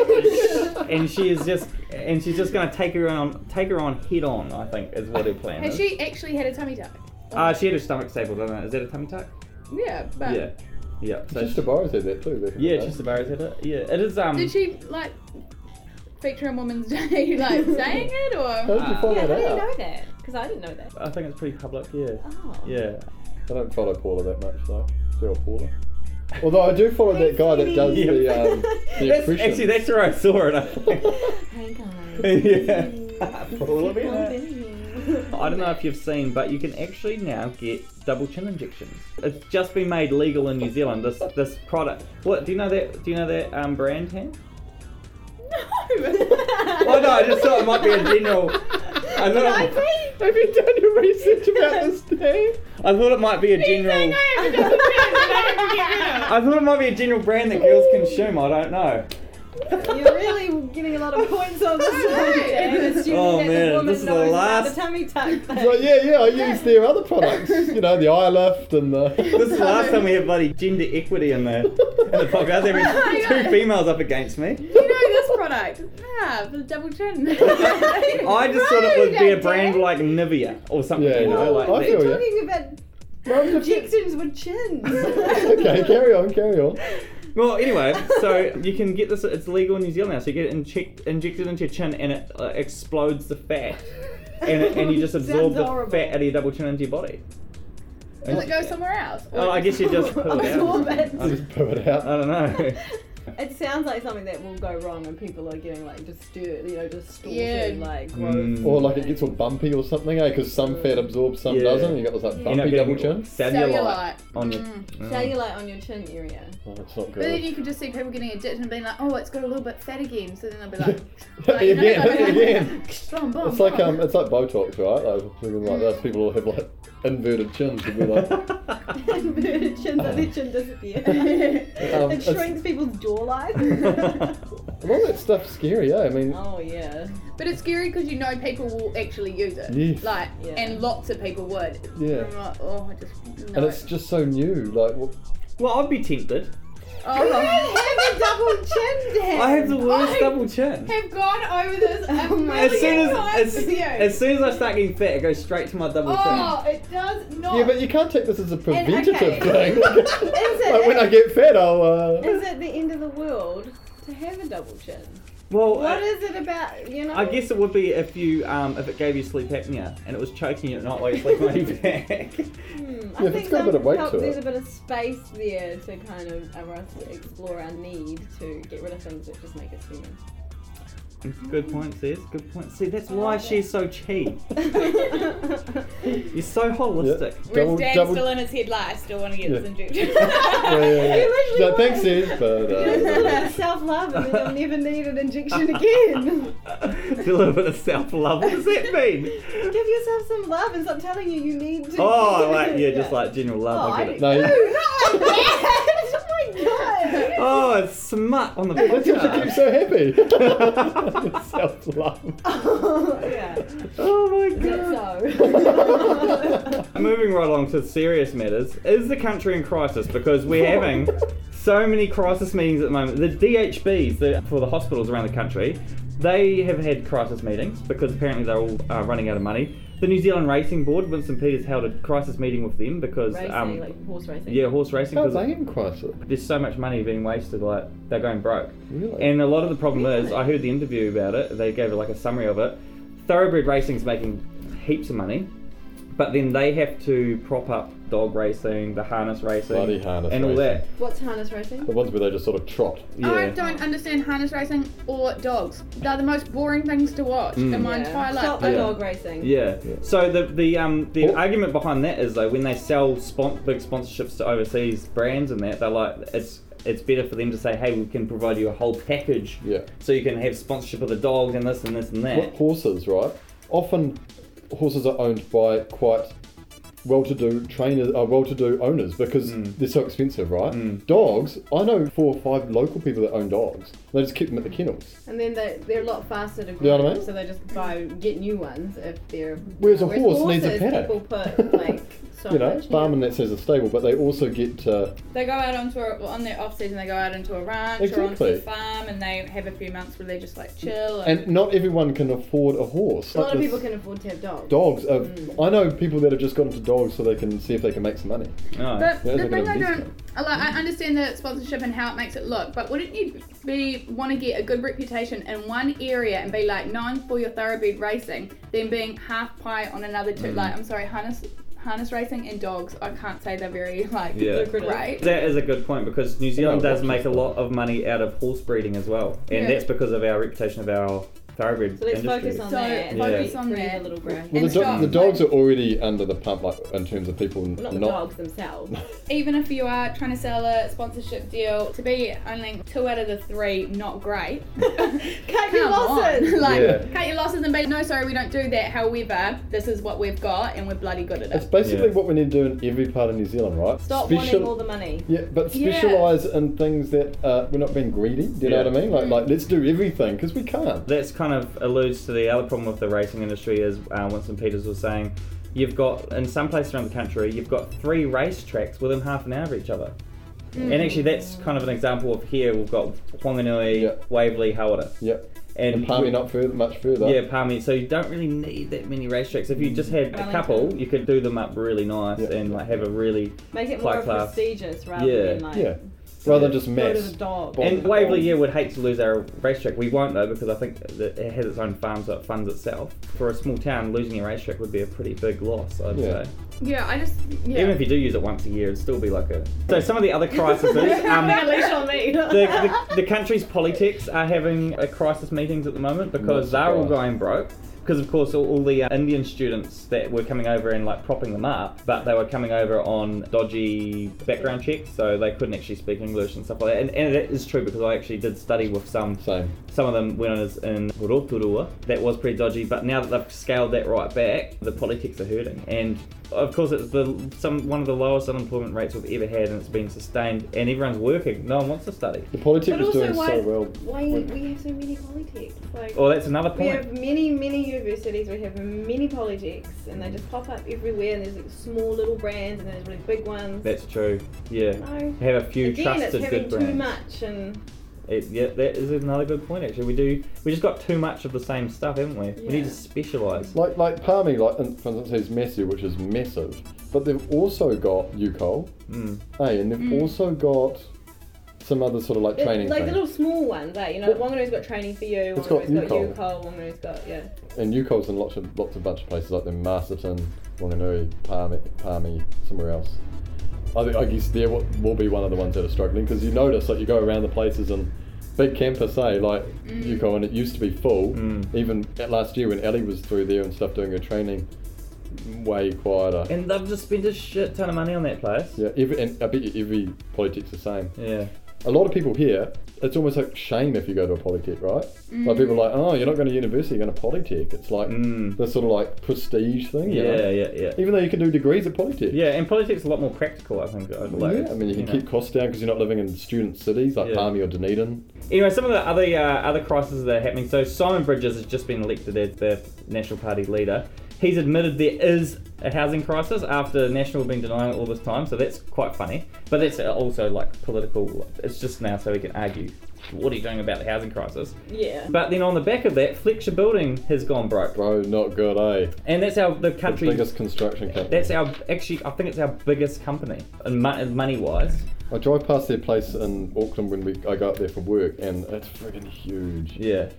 Speaker 1: and she is just, and she's just going to take her on, take her on head on. I think is what her plan
Speaker 7: Has
Speaker 1: is.
Speaker 7: she actually had a tummy tuck?
Speaker 1: Uh, she had her stomach stapled, didn't it? Is that a tummy tuck?
Speaker 7: Yeah, but
Speaker 1: Yeah, yeah. So
Speaker 3: Just Tabaris had that too. eh? back in the
Speaker 1: yeah,
Speaker 3: day.
Speaker 1: just about it. Yeah, it is. Um,
Speaker 7: did she like feature on Women's Day, like saying it
Speaker 3: How
Speaker 7: or?
Speaker 3: did you
Speaker 1: Ah.
Speaker 3: find
Speaker 4: Yeah, how
Speaker 3: that
Speaker 4: do you
Speaker 3: out?
Speaker 4: know that? Because I didn't know that.
Speaker 1: I think it's pretty public. Yeah,
Speaker 4: Oh.
Speaker 1: yeah.
Speaker 3: I don't follow Paula that much though. Gerald Paula. Although I do follow that guy that does the um, the
Speaker 1: That's,
Speaker 3: impressions.
Speaker 1: actually, that's where I saw it. I think.
Speaker 4: Hey guys.
Speaker 1: yeah. All of it.
Speaker 4: Hey.
Speaker 1: I don't know if you've seen, but you can actually now get double chin injections. It's just been made legal in New Zealand. This this product. What do you know that? Do you know that um, brand? Ham? Oh no, I just thought it might be a general. I thought
Speaker 7: I
Speaker 1: it- Have you done your research about this day? I thought it might be a general. I thought it might be a general brand that girls consume. I don't know.
Speaker 4: You're really getting a lot of points on this one, James. Assuming
Speaker 1: Oh,
Speaker 4: that the
Speaker 1: man,
Speaker 4: woman
Speaker 1: this is the
Speaker 4: knows about
Speaker 1: last-
Speaker 4: The tummy tuck thing.
Speaker 3: Well, yeah, yeah, I use their other products. You know, the eye lift and the.
Speaker 1: This is the last time we had bloody gender equity in the, in the podcast. There were two females up against me.
Speaker 7: You know this product? Ah, for the double chin.
Speaker 1: I just thought it would be a brand like Nivea or something,
Speaker 3: Yeah,
Speaker 1: you know,
Speaker 3: yeah. I
Speaker 1: like
Speaker 3: feel
Speaker 1: that.
Speaker 3: you.
Speaker 4: Talking about
Speaker 3: Well, just-
Speaker 4: injections with chins.
Speaker 3: okay, carry on, carry on.
Speaker 1: Well, anyway, so you can get this, it's legal in New Zealand now, so you get it inject, injected into your chin and it uh, explodes the fat. And, it, and you just absorb
Speaker 4: Sounds
Speaker 1: the
Speaker 4: horrible.
Speaker 1: fat out of your double chin into your body.
Speaker 7: Does it go somewhere else? Or
Speaker 1: Oh, I guess you just pull it
Speaker 4: Absorb
Speaker 1: out.
Speaker 4: it.
Speaker 3: Just poo it out.
Speaker 1: I don't know.
Speaker 4: It sounds like something that will go wrong and people are getting like disturbed, you know, distorted,
Speaker 7: Yeah.
Speaker 4: like growth.
Speaker 1: Mm.
Speaker 3: Or like it gets all bumpy or something, eh? Because some fat absorbs, some
Speaker 1: Yeah.
Speaker 3: doesn't, and you got this like
Speaker 1: End up
Speaker 3: bumpy double
Speaker 1: getting
Speaker 3: chin.
Speaker 1: cellulite.
Speaker 7: Cellulite.
Speaker 1: On your,
Speaker 7: Mm.
Speaker 1: Mm.
Speaker 4: Cellulite on your chin area.
Speaker 3: Oh, it's not
Speaker 7: But then
Speaker 3: good.
Speaker 7: you could just see people getting addicted and being like, oh, it's got a little bit fat again. So then they'll be like,
Speaker 3: Hit me again, hit me again.
Speaker 7: Boom, boom,
Speaker 3: It's like
Speaker 7: boom.
Speaker 3: um, it's like Botox, right? Like looking like this, people all have like inverted chins. And be like, um,
Speaker 4: Inverted chins, like their chin disappears. it
Speaker 3: it's-
Speaker 4: shrinks people's jawline.
Speaker 3: and all that stuff's scary, yeah. I mean,
Speaker 4: oh yeah.
Speaker 7: But it's scary because you know people will actually use it.
Speaker 3: Yeah.
Speaker 7: Like,
Speaker 4: Yeah.
Speaker 7: and lots of people would.
Speaker 3: Yeah.
Speaker 7: And I'm like, oh, I just. No.
Speaker 3: and it's just so new. Like, what,
Speaker 1: well, I'd be tempted.
Speaker 7: Oh,
Speaker 4: have a double chin then.
Speaker 1: I have the worst
Speaker 7: I-
Speaker 1: double chin.
Speaker 7: I've gone over this
Speaker 4: Oh
Speaker 7: a
Speaker 1: As soon
Speaker 7: million times
Speaker 1: as,
Speaker 7: with
Speaker 1: as,
Speaker 7: you.
Speaker 1: as soon as I start getting fit, it goes straight to my double
Speaker 7: Oh, it does not.
Speaker 3: yeah, but you can't take this as a preventative
Speaker 7: okay.
Speaker 3: thing.
Speaker 4: Is it?
Speaker 3: like when I get fat, I'll. Uh,
Speaker 4: Is it the end of the world to have a double chin?
Speaker 1: chin. Well,
Speaker 4: What
Speaker 1: I-
Speaker 4: is it about? You know.
Speaker 1: I guess it would be if you um, if it gave you sleep apnea and it was choking you at night while you sleep on your back.
Speaker 4: Hmm, I
Speaker 3: Yeah, if
Speaker 4: think
Speaker 3: it's got a bit of weight
Speaker 4: some-
Speaker 3: to
Speaker 4: there's
Speaker 3: it.
Speaker 4: a bit of space there to kind of allow us to explore our need to get rid of things that just make us human.
Speaker 1: Good point, sis. Good point. See, that's why she's so cheap. You're so holistic.
Speaker 7: Whereas Dan's still in his head, like, I still want to get
Speaker 3: Yeah.
Speaker 7: this injection.
Speaker 3: yeah, yeah, yeah.
Speaker 4: literally
Speaker 3: No, thanks,
Speaker 4: was.
Speaker 3: Ed, but uh,
Speaker 4: Self love, and then I'll never need an injection again.
Speaker 1: it's a little bit of self-love. What does that mean?
Speaker 4: Give yourself some love and stop telling you you need to.
Speaker 1: Oh, like yeah, just like general love.
Speaker 4: Oh,
Speaker 1: I
Speaker 4: I
Speaker 1: get it.
Speaker 4: didn't-
Speaker 3: no, you-
Speaker 4: oh my god!
Speaker 1: Oh, it's smut on the
Speaker 3: that's what you
Speaker 1: podcast.
Speaker 3: keep so happy. Self love.
Speaker 4: yeah.
Speaker 1: Oh my god.
Speaker 4: So.
Speaker 1: Moving right along to serious matters, is the country in crisis because we're having so many crisis meetings at the moment. The DHBs the, for the hospitals around the country, they have had crisis meetings because apparently they're all uh, running out of money. The New Zealand Racing Board, Winston Peters held a crisis meeting with them because
Speaker 4: racing,
Speaker 1: um,
Speaker 4: like horse racing.
Speaker 1: yeah, horse racing.
Speaker 3: How's
Speaker 1: Because
Speaker 3: they in crisis?
Speaker 1: there's so much money being wasted, like they're going broke.
Speaker 3: Really?
Speaker 1: And a lot of the problem is, I heard the interview about it. They gave like a summary of it. Thoroughbred racing's making heaps of money, but then they have to prop up dog racing, the harness racing,
Speaker 3: Bloody harness
Speaker 1: and all that.
Speaker 3: racing.
Speaker 4: What's harness racing?
Speaker 3: The ones where they just sort of trot.
Speaker 1: Yeah.
Speaker 7: I don't understand harness racing or dogs. They're the most boring things to watch
Speaker 4: Mm.
Speaker 7: in my entire life.
Speaker 4: Stop the dog racing.
Speaker 1: Yeah.
Speaker 3: Yeah.
Speaker 1: So the the um the
Speaker 3: Well-
Speaker 1: argument behind that is though when they sell spon- big sponsorships to overseas brands and that they're like it's it's better for them to say hey we can provide you a whole package
Speaker 3: Yeah.
Speaker 1: so you can have sponsorship of the dogs and this and this and that.
Speaker 3: What horses, right? Often, horses are owned by quite well-to-do trainers, uh, well-to-do owners, because they're so expensive, right? Dogs, I know four or five local people that own dogs. They just keep them at the kennels.
Speaker 4: And then they, they're a lot faster to grow,
Speaker 3: know what I mean?
Speaker 4: so they just buy get new ones if they're.
Speaker 3: Whereas a horse needs a
Speaker 4: horses,
Speaker 3: paddock.
Speaker 4: People put like so
Speaker 3: you know,
Speaker 4: much.
Speaker 3: farm in that says a stable, but they also get uh,
Speaker 7: They go out onto a, well, on their off season. They go out into a ranch or onto
Speaker 3: Exactly.
Speaker 7: a farm, and they have a few months where they just like chill. And,
Speaker 3: and not everyone can afford a horse.
Speaker 4: A lot of
Speaker 3: Like
Speaker 4: people
Speaker 3: this-
Speaker 4: can Hmm. afford to have dogs.
Speaker 3: Dogs. Are, I know people that have just got into dogs so they can see if they can make some money.
Speaker 1: No.
Speaker 7: but
Speaker 3: Yeah,
Speaker 7: the
Speaker 3: they're
Speaker 7: thing
Speaker 3: gonna
Speaker 7: I
Speaker 3: be
Speaker 7: don't I like, I understand the sponsorship and how it makes it look, but wouldn't you be want to get a good reputation in one area and be like known for your thoroughbred racing, then being half pie on another two? Like I'm sorry, harness harness racing and dogs. I can't say they're very like
Speaker 1: Yeah.
Speaker 7: great.
Speaker 1: That is a good point because New Zealand
Speaker 3: Yeah,
Speaker 1: does
Speaker 3: watch
Speaker 1: make a
Speaker 3: this.
Speaker 1: lot of money out of horse breeding as well, and
Speaker 7: Yeah.
Speaker 1: that's because of our reputation of our thoroughbred
Speaker 2: So let's
Speaker 1: industry.
Speaker 2: focus on
Speaker 7: So,
Speaker 2: that. and
Speaker 7: focus
Speaker 2: breathe
Speaker 7: on
Speaker 2: a
Speaker 7: that.
Speaker 2: little breath.
Speaker 3: Well, the,
Speaker 7: And
Speaker 3: do-
Speaker 7: stop.
Speaker 3: the dogs are already under the pump, like in terms of people
Speaker 4: Not the dogs themselves.
Speaker 7: Even if you are trying to sell a sponsorship deal, to be only two out of the three not great.
Speaker 4: Cut
Speaker 7: Come on. like,
Speaker 3: Yeah.
Speaker 7: cut your losses and be like, no, sorry, we don't do that. However, this is what we've got and we're bloody good at
Speaker 3: It's
Speaker 7: it.
Speaker 3: basically
Speaker 1: Yeah.
Speaker 3: what we need to do in every part of New Zealand, right?
Speaker 4: Stop wanting all the money.
Speaker 3: Yeah, but
Speaker 7: Yeah.
Speaker 3: specialise in things that uh, we're not being greedy. Do you know
Speaker 1: Yeah.
Speaker 3: what I mean? Like, like let's do everything because we can't.
Speaker 1: That's kind of alludes to the other problem with the racing industry is uh, Winston Peters was saying, you've got in some places around the country, you've got three race tracks within half an hour of each other. And actually,
Speaker 2: Mm-hmm.
Speaker 1: that's kind of an example of here we've got Whanganui,
Speaker 3: Yeah.
Speaker 1: Waverley, Hawera,
Speaker 3: Yep.
Speaker 1: and,
Speaker 3: And Palmy
Speaker 1: we-
Speaker 3: not further, much further.
Speaker 1: Yeah, Palmy. So you don't really need that many racetracks. If you just had a
Speaker 7: Wellington.
Speaker 1: couple, you could do them up really nice
Speaker 3: Yeah.
Speaker 1: and like have a really
Speaker 4: Make it
Speaker 1: Fly
Speaker 4: more
Speaker 1: class.
Speaker 4: prestigious rather
Speaker 1: Yeah.
Speaker 4: than like
Speaker 3: Yeah. Rather than just
Speaker 4: go to the
Speaker 3: mess.
Speaker 4: dog.
Speaker 3: Well,
Speaker 1: And Waverley, yeah, would hate to lose our racetrack. We won't though, because I think that it has its own farm, so it funds itself. For a small town, losing a racetrack would be a pretty big loss, I'd
Speaker 3: Yeah.
Speaker 1: say.
Speaker 7: Yeah, I just. Yeah.
Speaker 1: Even if you do use it once a year, it'd still be like a. So some of the other crises, um,
Speaker 2: At
Speaker 1: the,
Speaker 2: least on me.
Speaker 1: the, the country's politics are having a crisis meetings at the moment because
Speaker 3: Not
Speaker 1: they're all
Speaker 3: surprised.
Speaker 1: going broke. Because of course, all, all the uh, Indian students that were coming over and like propping them up, but they were coming over on dodgy background checks, so they couldn't actually speak English and stuff like that. And, and that is true because I actually did study with some
Speaker 3: Same.
Speaker 1: some of them when I was in Rotorua, that was pretty dodgy. But now that they've scaled that right back, the politics are hurting. And of course, it's the some one of the lowest unemployment rates we've ever had, and it's been sustained. And everyone's working. No one wants to study.
Speaker 3: The politic
Speaker 2: But
Speaker 3: was
Speaker 2: also
Speaker 3: doing
Speaker 2: why-
Speaker 3: so well.
Speaker 2: Why we have so many politics? Like
Speaker 1: Well, Oh, that's another
Speaker 2: we
Speaker 1: point.
Speaker 2: have many, many universities. We have many politics, and they just pop up everywhere. And there's like small little brands, and there's really big ones.
Speaker 1: That's true. Yeah.
Speaker 2: no.
Speaker 1: Have a few
Speaker 2: Again, it's
Speaker 1: trusted
Speaker 2: having
Speaker 1: good
Speaker 2: too
Speaker 1: brands.
Speaker 2: much, and
Speaker 1: It, yeah, that is another good point. Actually, we do. We just got too much of the same stuff, haven't we? We need
Speaker 2: Yeah.
Speaker 1: to specialise.
Speaker 3: Like, like Palmy, like, and for instance, there's Messi, which is massive. But they've also got UCOL,
Speaker 1: Mm.
Speaker 3: hey, and they've also got some other sort of like training
Speaker 2: like
Speaker 3: thing.
Speaker 2: little small ones. Like you know,
Speaker 3: Well-
Speaker 2: Wanganui's got training for you.
Speaker 3: It's got
Speaker 2: Wanganui's got
Speaker 3: UCOL.
Speaker 2: UCOL. Wanganui's got yeah.
Speaker 3: And UCOL's in lots of lots of bunch of places, like the Masterton, Wanganui, Palmy, Palmy, somewhere else. I, think, I guess there will, will be one of the ones that are struggling because you notice like you go around the places and big campus, eh? Like UCO, and it used to be full.
Speaker 1: Mm.
Speaker 3: Even at last year when Ellie was through there and stuff doing her training, way quieter.
Speaker 1: And they've just spent a shit ton of money on that place.
Speaker 3: yeah, every, and I bet you every politic's the same.
Speaker 1: Yeah.
Speaker 3: a lot of people here, it's almost like shame if you go to a polytech, right? Like people are like, oh, you're not going to university, you're going to polytech. It's like
Speaker 1: Mm.
Speaker 3: the sort of like prestige thing. you
Speaker 1: Yeah.
Speaker 3: know?
Speaker 1: Yeah. Yeah.
Speaker 3: Even though you can do degrees at polytech.
Speaker 1: Yeah, and politics is a lot more practical, I think. I'd
Speaker 3: Well,
Speaker 1: like,
Speaker 3: yeah, I mean, you can
Speaker 1: know.
Speaker 3: keep costs down because you're not living in student cities like
Speaker 1: Yeah.
Speaker 3: Palmy or Dunedin.
Speaker 1: Anyway, some of the other uh, other crises that are happening. So Simon Bridges has just been elected as the National Party leader. He's admitted there is a housing crisis after National have been denying it all this time, so that's quite funny. But that's also like political. It's just now so we can argue. What are you doing about the housing crisis?
Speaker 2: Yeah.
Speaker 1: But then on the back of that, Fletcher Building has gone broke,
Speaker 3: Bro, not good, eh?
Speaker 1: and that's how the
Speaker 3: The
Speaker 1: country.
Speaker 3: biggest construction company.
Speaker 1: that's our actually. I think it's our biggest company, and money wise.
Speaker 3: I drive past their place in Auckland when we I go up there for work, and it's friggin' huge.
Speaker 1: Yeah.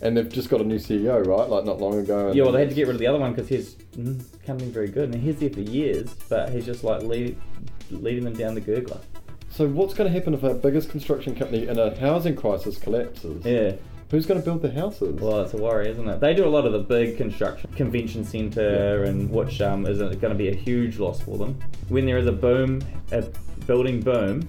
Speaker 3: And they've just got a new CEO, right? Like not long ago. and-
Speaker 1: Yeah, well, they had to get rid of the other one because his mm, company very good, and he's there for years, but he's just like lead, leading them down the gurgler.
Speaker 3: So what's going to happen if our biggest construction company in a housing crisis collapses?
Speaker 1: Yeah,
Speaker 3: Who's going to build the houses?
Speaker 1: well, it's a worry, isn't it? They do a lot of the big construction, convention centre, and which um, is going to be a huge loss for them. When there is a boom, a building boom,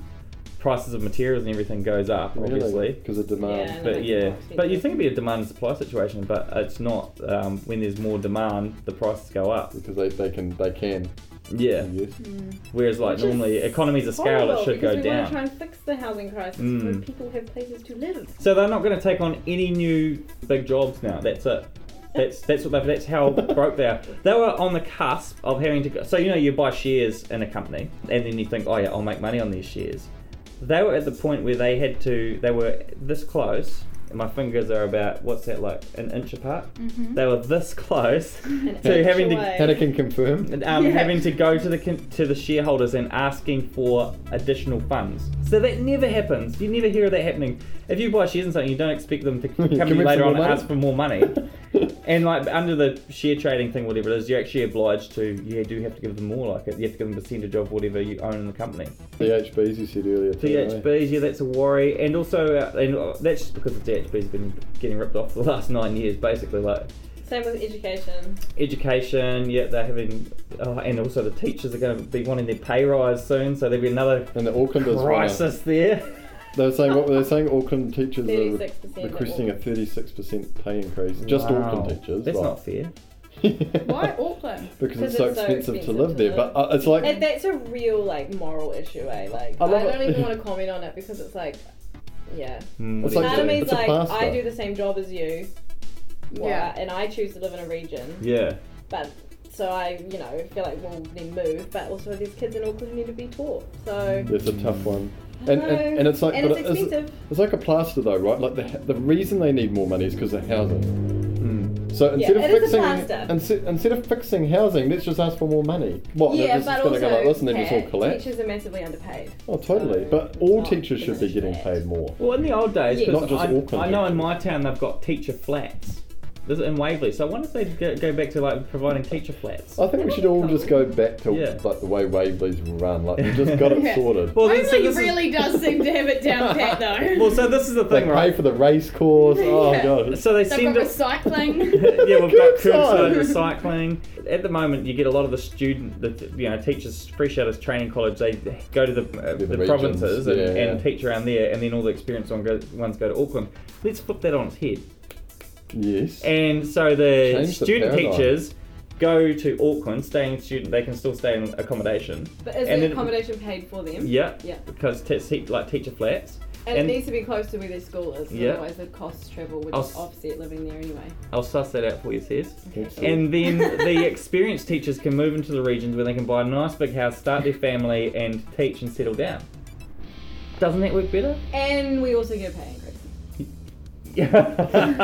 Speaker 1: prices of materials and everything goes up, obviously.
Speaker 3: Because of demand.
Speaker 2: Yeah.
Speaker 1: But
Speaker 2: Like,
Speaker 1: yeah,
Speaker 2: it's
Speaker 1: but you
Speaker 2: expensive.
Speaker 1: think it'd be a demand and supply situation, but it's not. Um, when there's more demand, the prices go up.
Speaker 3: Because they, they can they can.
Speaker 1: Yeah.
Speaker 3: Yes.
Speaker 1: Whereas like
Speaker 2: Which is
Speaker 1: normally, economies of scale, it
Speaker 2: Horrible,
Speaker 1: should
Speaker 2: because
Speaker 1: go
Speaker 2: we want
Speaker 1: down.
Speaker 2: to try and fix the housing crisis
Speaker 1: Mm.
Speaker 2: where people have places to live.
Speaker 1: So they're not going to take on any new big jobs now. That's it. That's that's what they've, that's how broke they are. They were on the cusp of having to. go So you know you buy shares in a company and then you think, oh yeah, I'll make money on these shares. They were at the point where they had to. They were this close. And my fingers are about what's that like an inch apart. They were this close to
Speaker 2: Mm-hmm. inch
Speaker 1: having to
Speaker 2: away.
Speaker 3: Hannah can confirm.
Speaker 1: um, having to go to the con- to the shareholders and asking for additional funds. So that never happens. You never hear of that happening. If you buy shares in something, you don't expect them to come to
Speaker 3: Commit
Speaker 1: you
Speaker 3: some
Speaker 1: later
Speaker 3: more
Speaker 1: on and
Speaker 3: money.
Speaker 1: ask for more money. And like under the share trading thing, whatever it is, you're actually obliged to. You do have to give them more. Like you have to give them a percentage of whatever you own in the company.
Speaker 3: DHBs you said earlier. too, eh?
Speaker 1: DHBs, yeah, that's a worry. And also, uh, and uh, that's just because the DHB's been getting ripped off for the last nine years, basically. Like
Speaker 2: Same with education.
Speaker 1: education, yeah, they're having, oh, and also the teachers are going to be wanting their pay rise soon, so there'll be another
Speaker 3: And the Aucklanders right.
Speaker 1: crisis there.
Speaker 3: They were saying what were they saying? Auckland teachers are re-
Speaker 2: 36% at
Speaker 3: requesting a
Speaker 2: Auckland.
Speaker 3: thirty-six percent pay increase. Just
Speaker 1: Wow.
Speaker 3: Auckland teachers.
Speaker 1: That's
Speaker 3: like-
Speaker 1: not fair.
Speaker 7: Why Auckland?
Speaker 3: because it's so expensive, to live there. But uh, it's like
Speaker 2: And that's a real like moral issue, eh? Like
Speaker 3: I
Speaker 2: I,
Speaker 3: love
Speaker 2: don't
Speaker 3: it.
Speaker 2: even want to comment on it because it's like, yeah.
Speaker 1: Mm,
Speaker 3: It's
Speaker 1: what do you
Speaker 3: like
Speaker 2: Part of
Speaker 1: do?
Speaker 2: me's
Speaker 3: It's a
Speaker 2: like,
Speaker 3: pass,
Speaker 2: I
Speaker 3: though.
Speaker 2: do the same job as you.
Speaker 7: Yeah.
Speaker 2: Yeah. And I choose to live in a region,
Speaker 1: yeah,
Speaker 2: but so I, you know, feel like we'll then move. But also, these kids in Auckland need to be taught. So.
Speaker 3: it's a tough one. And, and,
Speaker 2: No.
Speaker 3: and it's like,
Speaker 2: And
Speaker 3: but
Speaker 2: it's
Speaker 3: it is-
Speaker 2: expensive.
Speaker 3: it's like a plaster though, right? Like the, the reason they need more money is because of housing.
Speaker 1: Hmm.
Speaker 3: So instead
Speaker 2: it
Speaker 3: of
Speaker 2: is a
Speaker 3: fixing
Speaker 2: plaster.
Speaker 3: inse- instead of fixing housing, let's just ask for more money. What?
Speaker 2: Yeah,
Speaker 3: they're just
Speaker 2: but
Speaker 3: going to
Speaker 2: also
Speaker 3: go like this and then just all
Speaker 2: Pat,
Speaker 3: collapse.
Speaker 2: teachers are massively underpaid.
Speaker 3: oh, totally. But all
Speaker 2: Not
Speaker 3: teachers should be
Speaker 2: finished
Speaker 3: getting
Speaker 2: yet.
Speaker 3: paid more.
Speaker 1: Well, in the old days,
Speaker 2: Yeah.
Speaker 1: because
Speaker 3: Not just Auckland,
Speaker 1: I, I know in
Speaker 3: actually.
Speaker 1: my town they've got teacher flats. This is in Waverley, so I wonder if they go, go back to like providing teacher flats.
Speaker 3: I think we should all just go back to
Speaker 1: Yeah.
Speaker 3: like the way Waverley's run. Like you just got it
Speaker 7: Yeah.
Speaker 3: sorted.
Speaker 1: Well, then, see,
Speaker 7: Waverley
Speaker 1: this is-
Speaker 7: really does seem to have it down pat though.
Speaker 1: well, so this is the
Speaker 3: They
Speaker 1: thing,
Speaker 3: pay
Speaker 1: right?
Speaker 3: for the race course. Oh
Speaker 7: Yeah.
Speaker 3: god.
Speaker 1: So they
Speaker 7: They've
Speaker 1: send
Speaker 7: got
Speaker 1: us.
Speaker 7: recycling.
Speaker 1: yeah, we've got
Speaker 3: Curbside.
Speaker 1: curbside recycling. At the moment, you get a lot of the student, the you know, teachers, appreciate us training college. They go to the uh,
Speaker 3: the
Speaker 1: the,
Speaker 3: regions,
Speaker 1: provinces and,
Speaker 3: yeah,
Speaker 1: and
Speaker 3: yeah.
Speaker 1: teach around there, and then all the experienced one go, ones go to Auckland. Let's flip that on its head.
Speaker 3: yes.
Speaker 1: And so the
Speaker 3: Change the
Speaker 1: student
Speaker 3: paradigm.
Speaker 1: teachers go to Auckland, staying student. They can still stay in accommodation.
Speaker 2: But is
Speaker 1: And
Speaker 2: the
Speaker 1: then-
Speaker 2: accommodation paid for them?
Speaker 1: Yeah,
Speaker 2: Yeah.
Speaker 1: because te- te- like teacher flats.
Speaker 2: And,
Speaker 1: And-
Speaker 2: it needs to be close to where their school is,
Speaker 1: Yeah.
Speaker 2: otherwise the costs travel would
Speaker 1: I'll
Speaker 2: just
Speaker 1: s-
Speaker 2: offset living there anyway.
Speaker 1: I'll suss that out for you, says.
Speaker 3: Excellent.
Speaker 1: And then the experienced teachers can move into the regions where they can buy a nice big house, start their family, and teach and settle down. Doesn't that work better?
Speaker 2: And we also get a pay increase.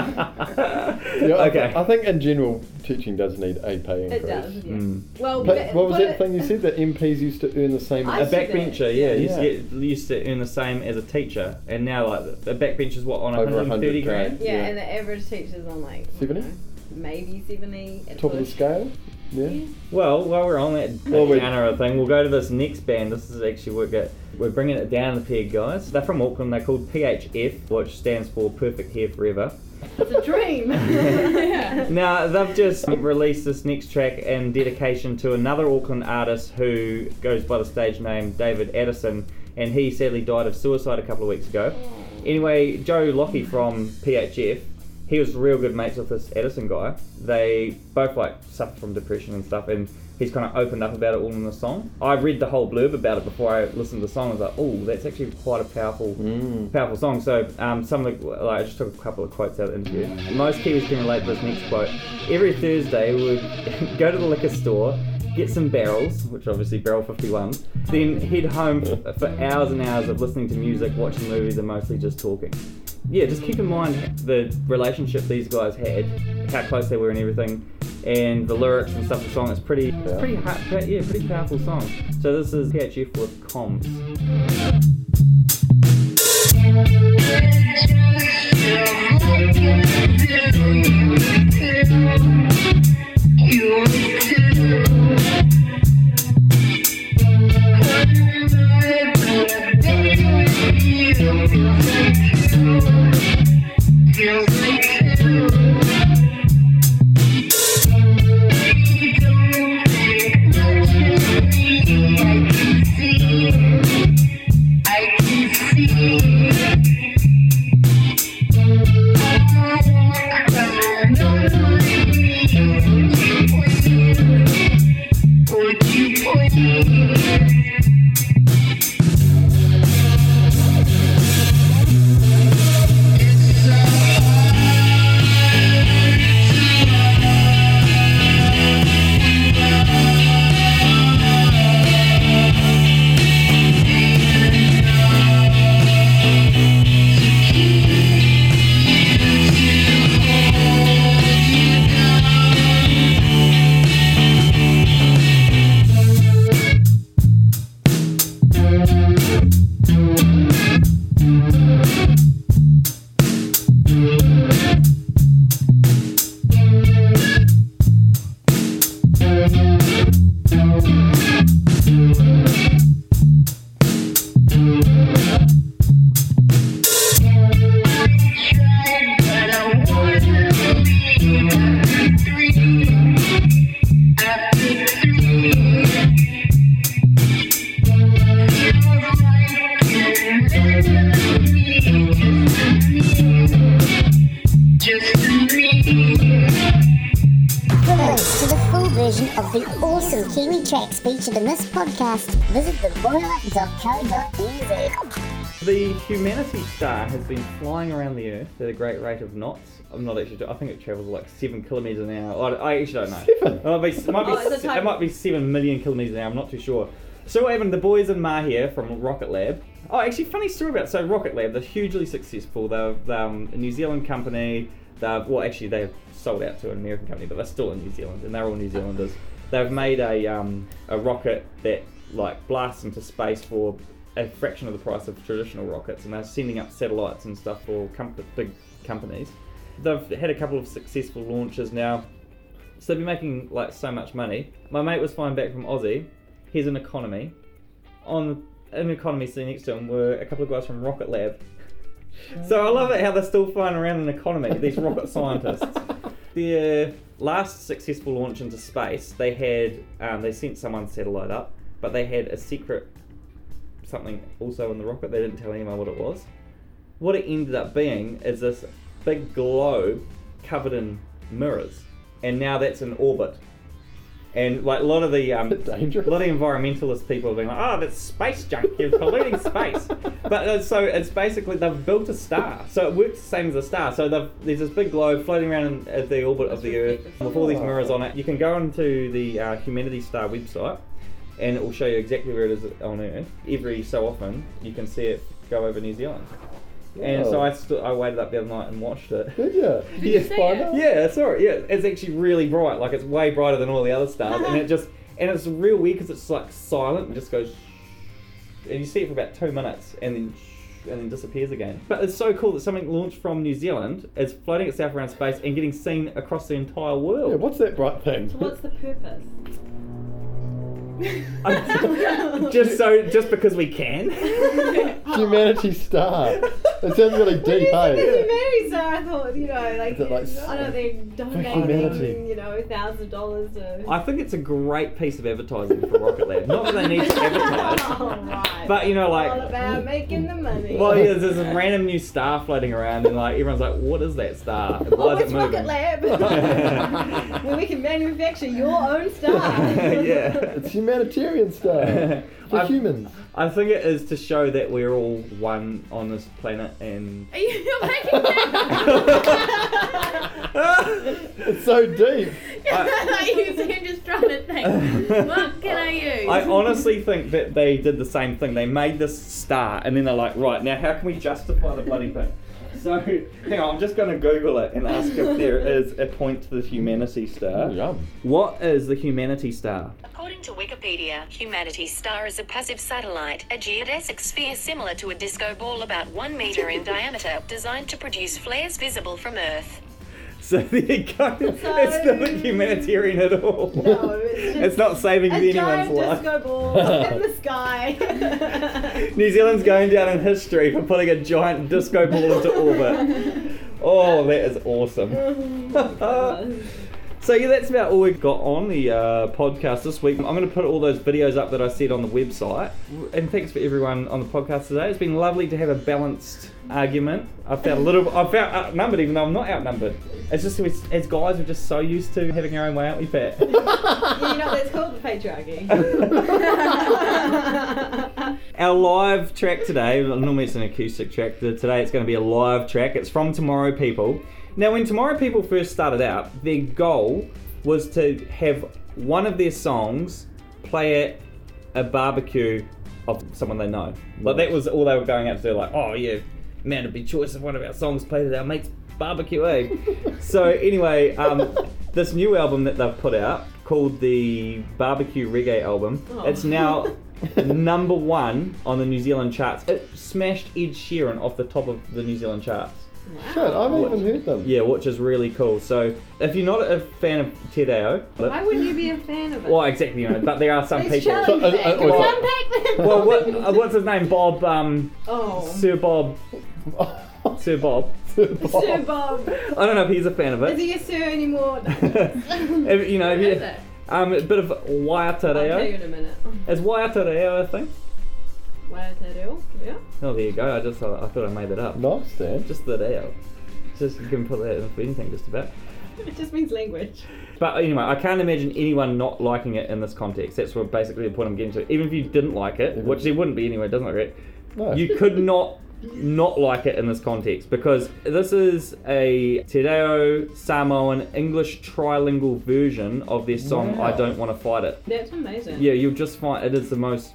Speaker 3: Yeah, I-
Speaker 1: okay.
Speaker 3: I think in general, teaching does need a pay increase.
Speaker 2: It does, yeah.
Speaker 1: Mm.
Speaker 2: Well,
Speaker 3: But what was
Speaker 2: but
Speaker 3: that thing you said that MPs used to earn the same?
Speaker 2: I
Speaker 1: A
Speaker 3: as-
Speaker 2: said-
Speaker 1: backbencher, yeah, used, to
Speaker 3: Yeah.
Speaker 1: get, used to earn the same as a teacher, and now like the backbencher's what on
Speaker 3: Over
Speaker 1: 130
Speaker 3: 100
Speaker 1: grand.
Speaker 2: Yeah,
Speaker 3: Yeah.
Speaker 2: and the average teacher's on like I don't
Speaker 3: 70?
Speaker 2: know, maybe 70. At
Speaker 3: top of the
Speaker 2: push.
Speaker 3: scale. Yeah.
Speaker 1: Well, while we're on that
Speaker 3: Well, we-
Speaker 1: genre thing, we'll go to this next band. This is actually we're go- we're bringing it down a peg, guys. They're from Auckland. They're called PHF, which stands for Perfect Hair Forever.
Speaker 2: It's a dream.
Speaker 7: yeah.
Speaker 1: Now they've just released this next track in dedication to another Auckland artist who goes by the stage name David Addison, and he sadly died of suicide a couple of weeks ago. Anyway, Joe Lockie from PHF, he was real good mates with this Addison guy. They both like suffer from depression and stuff, and he's kind of opened up about it all in the song. I read the whole blurb about it before I listened to the song. I was like, oh, that's actually quite a powerful powerful song. So um, some of the, like, I just took a couple of quotes out of the interview. Most Kiwis can relate to this next quote. Every Thursday we would go to the liquor store, get some barrels, which are obviously barrel 51s, then head home f- for hours and hours of listening to music, watching movies, and mostly just talking. Yeah, just keep in mind the relationship these guys had, how close they were and everything, and the lyrics and stuff. The song it's pretty, it's pretty, hard, yeah, pretty powerful song. So this is PHF with comms.
Speaker 11: I
Speaker 6: version of the awesome Kiwi tracks featured in this podcast, visit theboilerup.co.nz.
Speaker 1: The humanity star has been flying around the Earth at a great rate of knots. I'm not actually. I think it travels like seven kilometers an hour. I, I actually don't know.
Speaker 3: Seven?
Speaker 1: It might be, it might be,
Speaker 4: Oh, it's a
Speaker 1: se-
Speaker 4: type-
Speaker 1: it might be seven million kilometers an hour. I'm not too sure. So Evan, the boys and Ma here from Rocket Lab. Oh, actually, funny story about so Rocket Lab. They're hugely successful. They're, they're um, a New Zealand company. They're well, actually, they've sold out to an American company, but they're still in New Zealand, and they're all New Zealanders. They've made a um, a rocket that like blasts into space for a fraction of the price of traditional rockets, and they're sending up satellites and stuff for com- big companies. They've had a couple of successful launches now. So they've been making like so much money. My mate was flying back from Aussie. He's an economy. On an economy seat next to him were a couple of guys from Rocket Lab. so I love it how they're still flying around an economy. These rocket scientists. Their last successful launch into space, they had um, they sent someone's satellite up, but they had a secret something also in the rocket. They didn't tell anyone what it was. What it ended up being is this big globe covered in mirrors, and now that's in orbit. And like a lot of the um,
Speaker 3: Dangerous.
Speaker 1: a lot of environmentalist people have been like, "Oh, that's space junk. You're polluting space." But uh, so it's basically they've built a star, so it works the same as a star. So they've, there's this big globe floating around in, at the orbit of the Earth with all these mirrors on it. You can go onto the uh, Humanity Star website, and it will show you exactly where it is on Earth. Every so often, you can see it go over New Zealand. And so
Speaker 3: Wow.
Speaker 1: I stu- I waited up the other night and watched it.
Speaker 3: Oh. Did you? Did
Speaker 1: Yeah.
Speaker 3: you find out?
Speaker 1: Yeah, it's alright. Yeah, it's actually really bright. Like it's way brighter than all the other stars, and it just and it's real weird because it's like silent and just goes, shh. and you see it for about two minutes, and then shh, and then disappears again. But it's so cool that something launched from New Zealand is floating itself around space and getting seen across the entire world.
Speaker 3: Yeah, what's that bright thing?
Speaker 4: What's the purpose?
Speaker 1: just so just because we can.
Speaker 3: Humanity Star. It sounds really deep, hey?
Speaker 4: Humanity star, I thought, you know, like,
Speaker 3: Is it like-
Speaker 4: I don't think donating,
Speaker 3: humanity.
Speaker 4: you know, thousand dollars to.
Speaker 1: I think it's a great piece of advertising for Rocket Lab. Not that they need to advertise,
Speaker 4: Alright.
Speaker 1: but you know, like
Speaker 4: all about making the money.
Speaker 1: Well, yeah, there's this random new star floating around, and like everyone's like, "What is that star? And Why
Speaker 4: oh,
Speaker 1: is
Speaker 4: it's
Speaker 1: it moving?"
Speaker 4: Rocket Lab. Where we can manufacture your own star.
Speaker 1: yeah,
Speaker 3: It's humanitarian star. For
Speaker 1: I've-
Speaker 3: humans.
Speaker 1: I think it is to show that we're all one on this planet, and
Speaker 7: Are you making that?
Speaker 3: It's so deep.
Speaker 7: you seem just trying to think. What can I use?
Speaker 1: I honestly think that they did the same thing. They made this star, and then they're like, "Right now, how can we justify the bloody thing?" So, hang on, I'm just going to Google it and ask if there is a point to the humanity star.
Speaker 3: Yum.
Speaker 1: What is the humanity star?
Speaker 11: According to Wikipedia, Humanity Star is a passive satellite, a geodesic sphere similar to a disco ball about one meter in diameter, designed to produce flares visible from Earth.
Speaker 1: So there you go. it's not humanitarian at all.
Speaker 4: No, it's just
Speaker 1: It's not saving
Speaker 4: a giant
Speaker 1: anyone's life.
Speaker 4: disco ball in the sky.
Speaker 1: New Zealand's going down in history for putting a giant disco ball into orbit. Oh, that is awesome. so yeah, that's about all we've got on the uh, podcast this week. I'm going to put all those videos up that I said on the website. And thanks for everyone on the podcast today. It's been lovely to have a balanced argument. I felt a little, I felt outnumbered, even though I'm not outnumbered. It's just we- as guys, we're just so used to having our own way, aren't we, Pat?
Speaker 4: Yeah, you know, that's called the patriarchy.
Speaker 1: Our live track today, normally it's an acoustic track, but today it's going to be a live track. It's from Tomorrow People. Now, when Tomorrow People first started out, their goal was to have one of their songs play at a barbecue of someone they know. Like, that was all they were going out to do, like, oh yeah, man, it'd be choice if one of our songs played at our mate's barbecue, eh? so, anyway, um, this new album that they've put out called the Barbecue Reggae Album, it's now number one on the New Zealand charts. It smashed Ed Sheeran off the top of the New Zealand charts.
Speaker 3: Shit, I haven't even heard them.
Speaker 1: Yeah, which is really cool. So if you're not a fan of Tedeo,
Speaker 4: Why wouldn't you be a fan of it?
Speaker 1: well, exactly, you know, but there are some
Speaker 4: Let's
Speaker 1: people.
Speaker 4: challenge
Speaker 3: So, uh,
Speaker 4: that.
Speaker 3: uh,
Speaker 4: Come
Speaker 3: oh,
Speaker 4: on,
Speaker 3: so-
Speaker 4: unpack them.
Speaker 1: Well, what, uh, what's his name? Bob, um,
Speaker 4: Oh.
Speaker 1: Sir Bob, Sir Bob.
Speaker 4: Sir Bob.
Speaker 1: I don't know if he's a fan of
Speaker 4: Is
Speaker 1: it.
Speaker 4: he a sir anymore?
Speaker 1: If- you know, if you, um, a bit of
Speaker 4: I'll tell you
Speaker 1: Waiatareo.
Speaker 4: in a minute.
Speaker 1: It's Waiatareo, I think.
Speaker 4: Waiatareo, yeah.
Speaker 1: Oh, there you go. I just thought, I thought I made that up.
Speaker 3: Nice, Dan.
Speaker 1: Just the day out. Just you can put that in for anything, just about.
Speaker 2: it just means language.
Speaker 1: But anyway, I can't imagine anyone not liking it in this context. That's what basically the point I'm getting to. Even if you didn't like it, which there wouldn't be anyway, doesn't it?
Speaker 3: No.
Speaker 1: You could not not like it in this context because this is a Te Reo Samoan English trilingual version of their song
Speaker 3: Wow.
Speaker 1: "I Don't Want to Fight It."
Speaker 2: That's amazing.
Speaker 1: Yeah, you'll just find it is the most.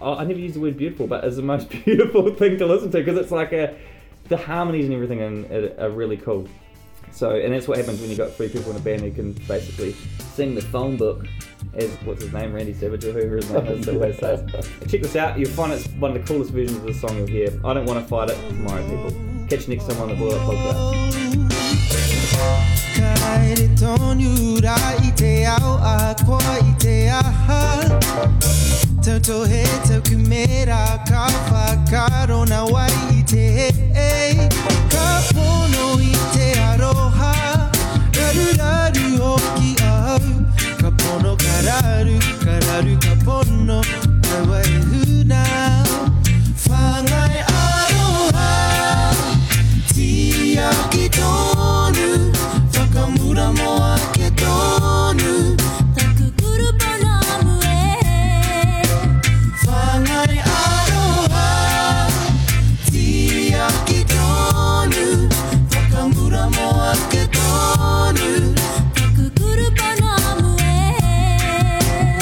Speaker 1: oh, I I never use the word beautiful, but it's the most beautiful thing to listen to because it's like a, the harmonies and everything in it are really cool. So, and that's what happens when you got three people in a band who can basically sing the phone book. As what's his name, Randy Savage or whoever his name is, always says. Check this out. You'll find it's one of the coolest versions of the song you'll hear. I don't want to fight it tomorrow, people. Catch you next time on the Blow Up Podcast.
Speaker 5: 帰れとに裏いてやおあこいてやととへとくめらかわからなわいて e. かぽのいてあろはらるらるおきあうかぽのからるからるかぽのかわえふなファンガイアロハ Tiaki tonu, Takamura moake tonu,
Speaker 13: Takukuru palamu e.
Speaker 5: Whangai aroha. Tiaki tonu, Takamura moake tonu.
Speaker 13: Takukuru palamu e.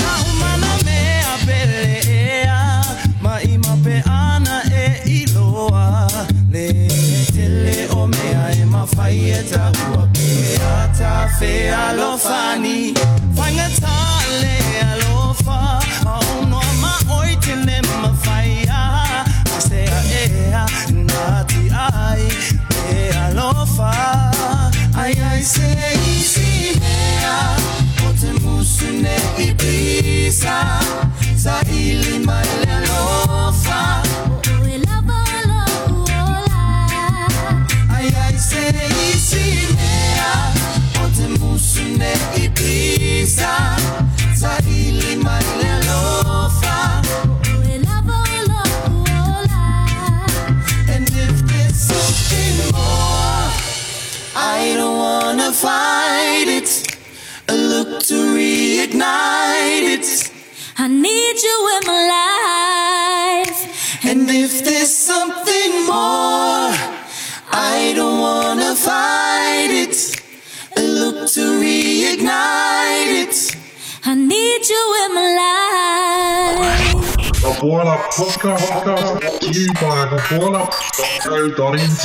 Speaker 5: Kaumana mea pelea, maima pe ana e iloa. Le tele o mea e mawhai e tahua pe a ta whea alofani. Whangatā le alofa, aunoa ma oi tene mawhai a. A sea ea, nā ti ai, e alofa. Ai ai se isi mea, o te musune i pisa Sa ili mai le alofa
Speaker 13: Oi lava la uola.
Speaker 5: Ai ai se isi mea O te musune i pisa Sa ili mai le alofa
Speaker 13: Oi lava la
Speaker 5: oh,
Speaker 13: uola.
Speaker 5: And if there's something more, I don't wanna fight it. I look to reignite it.
Speaker 13: I need you in my life.
Speaker 5: And if there's something more, I don't wanna fight it. I look to reignite it.
Speaker 13: I need you in my life.
Speaker 14: The Boil Up Podcast, brought to you by theboilUp.co.nz.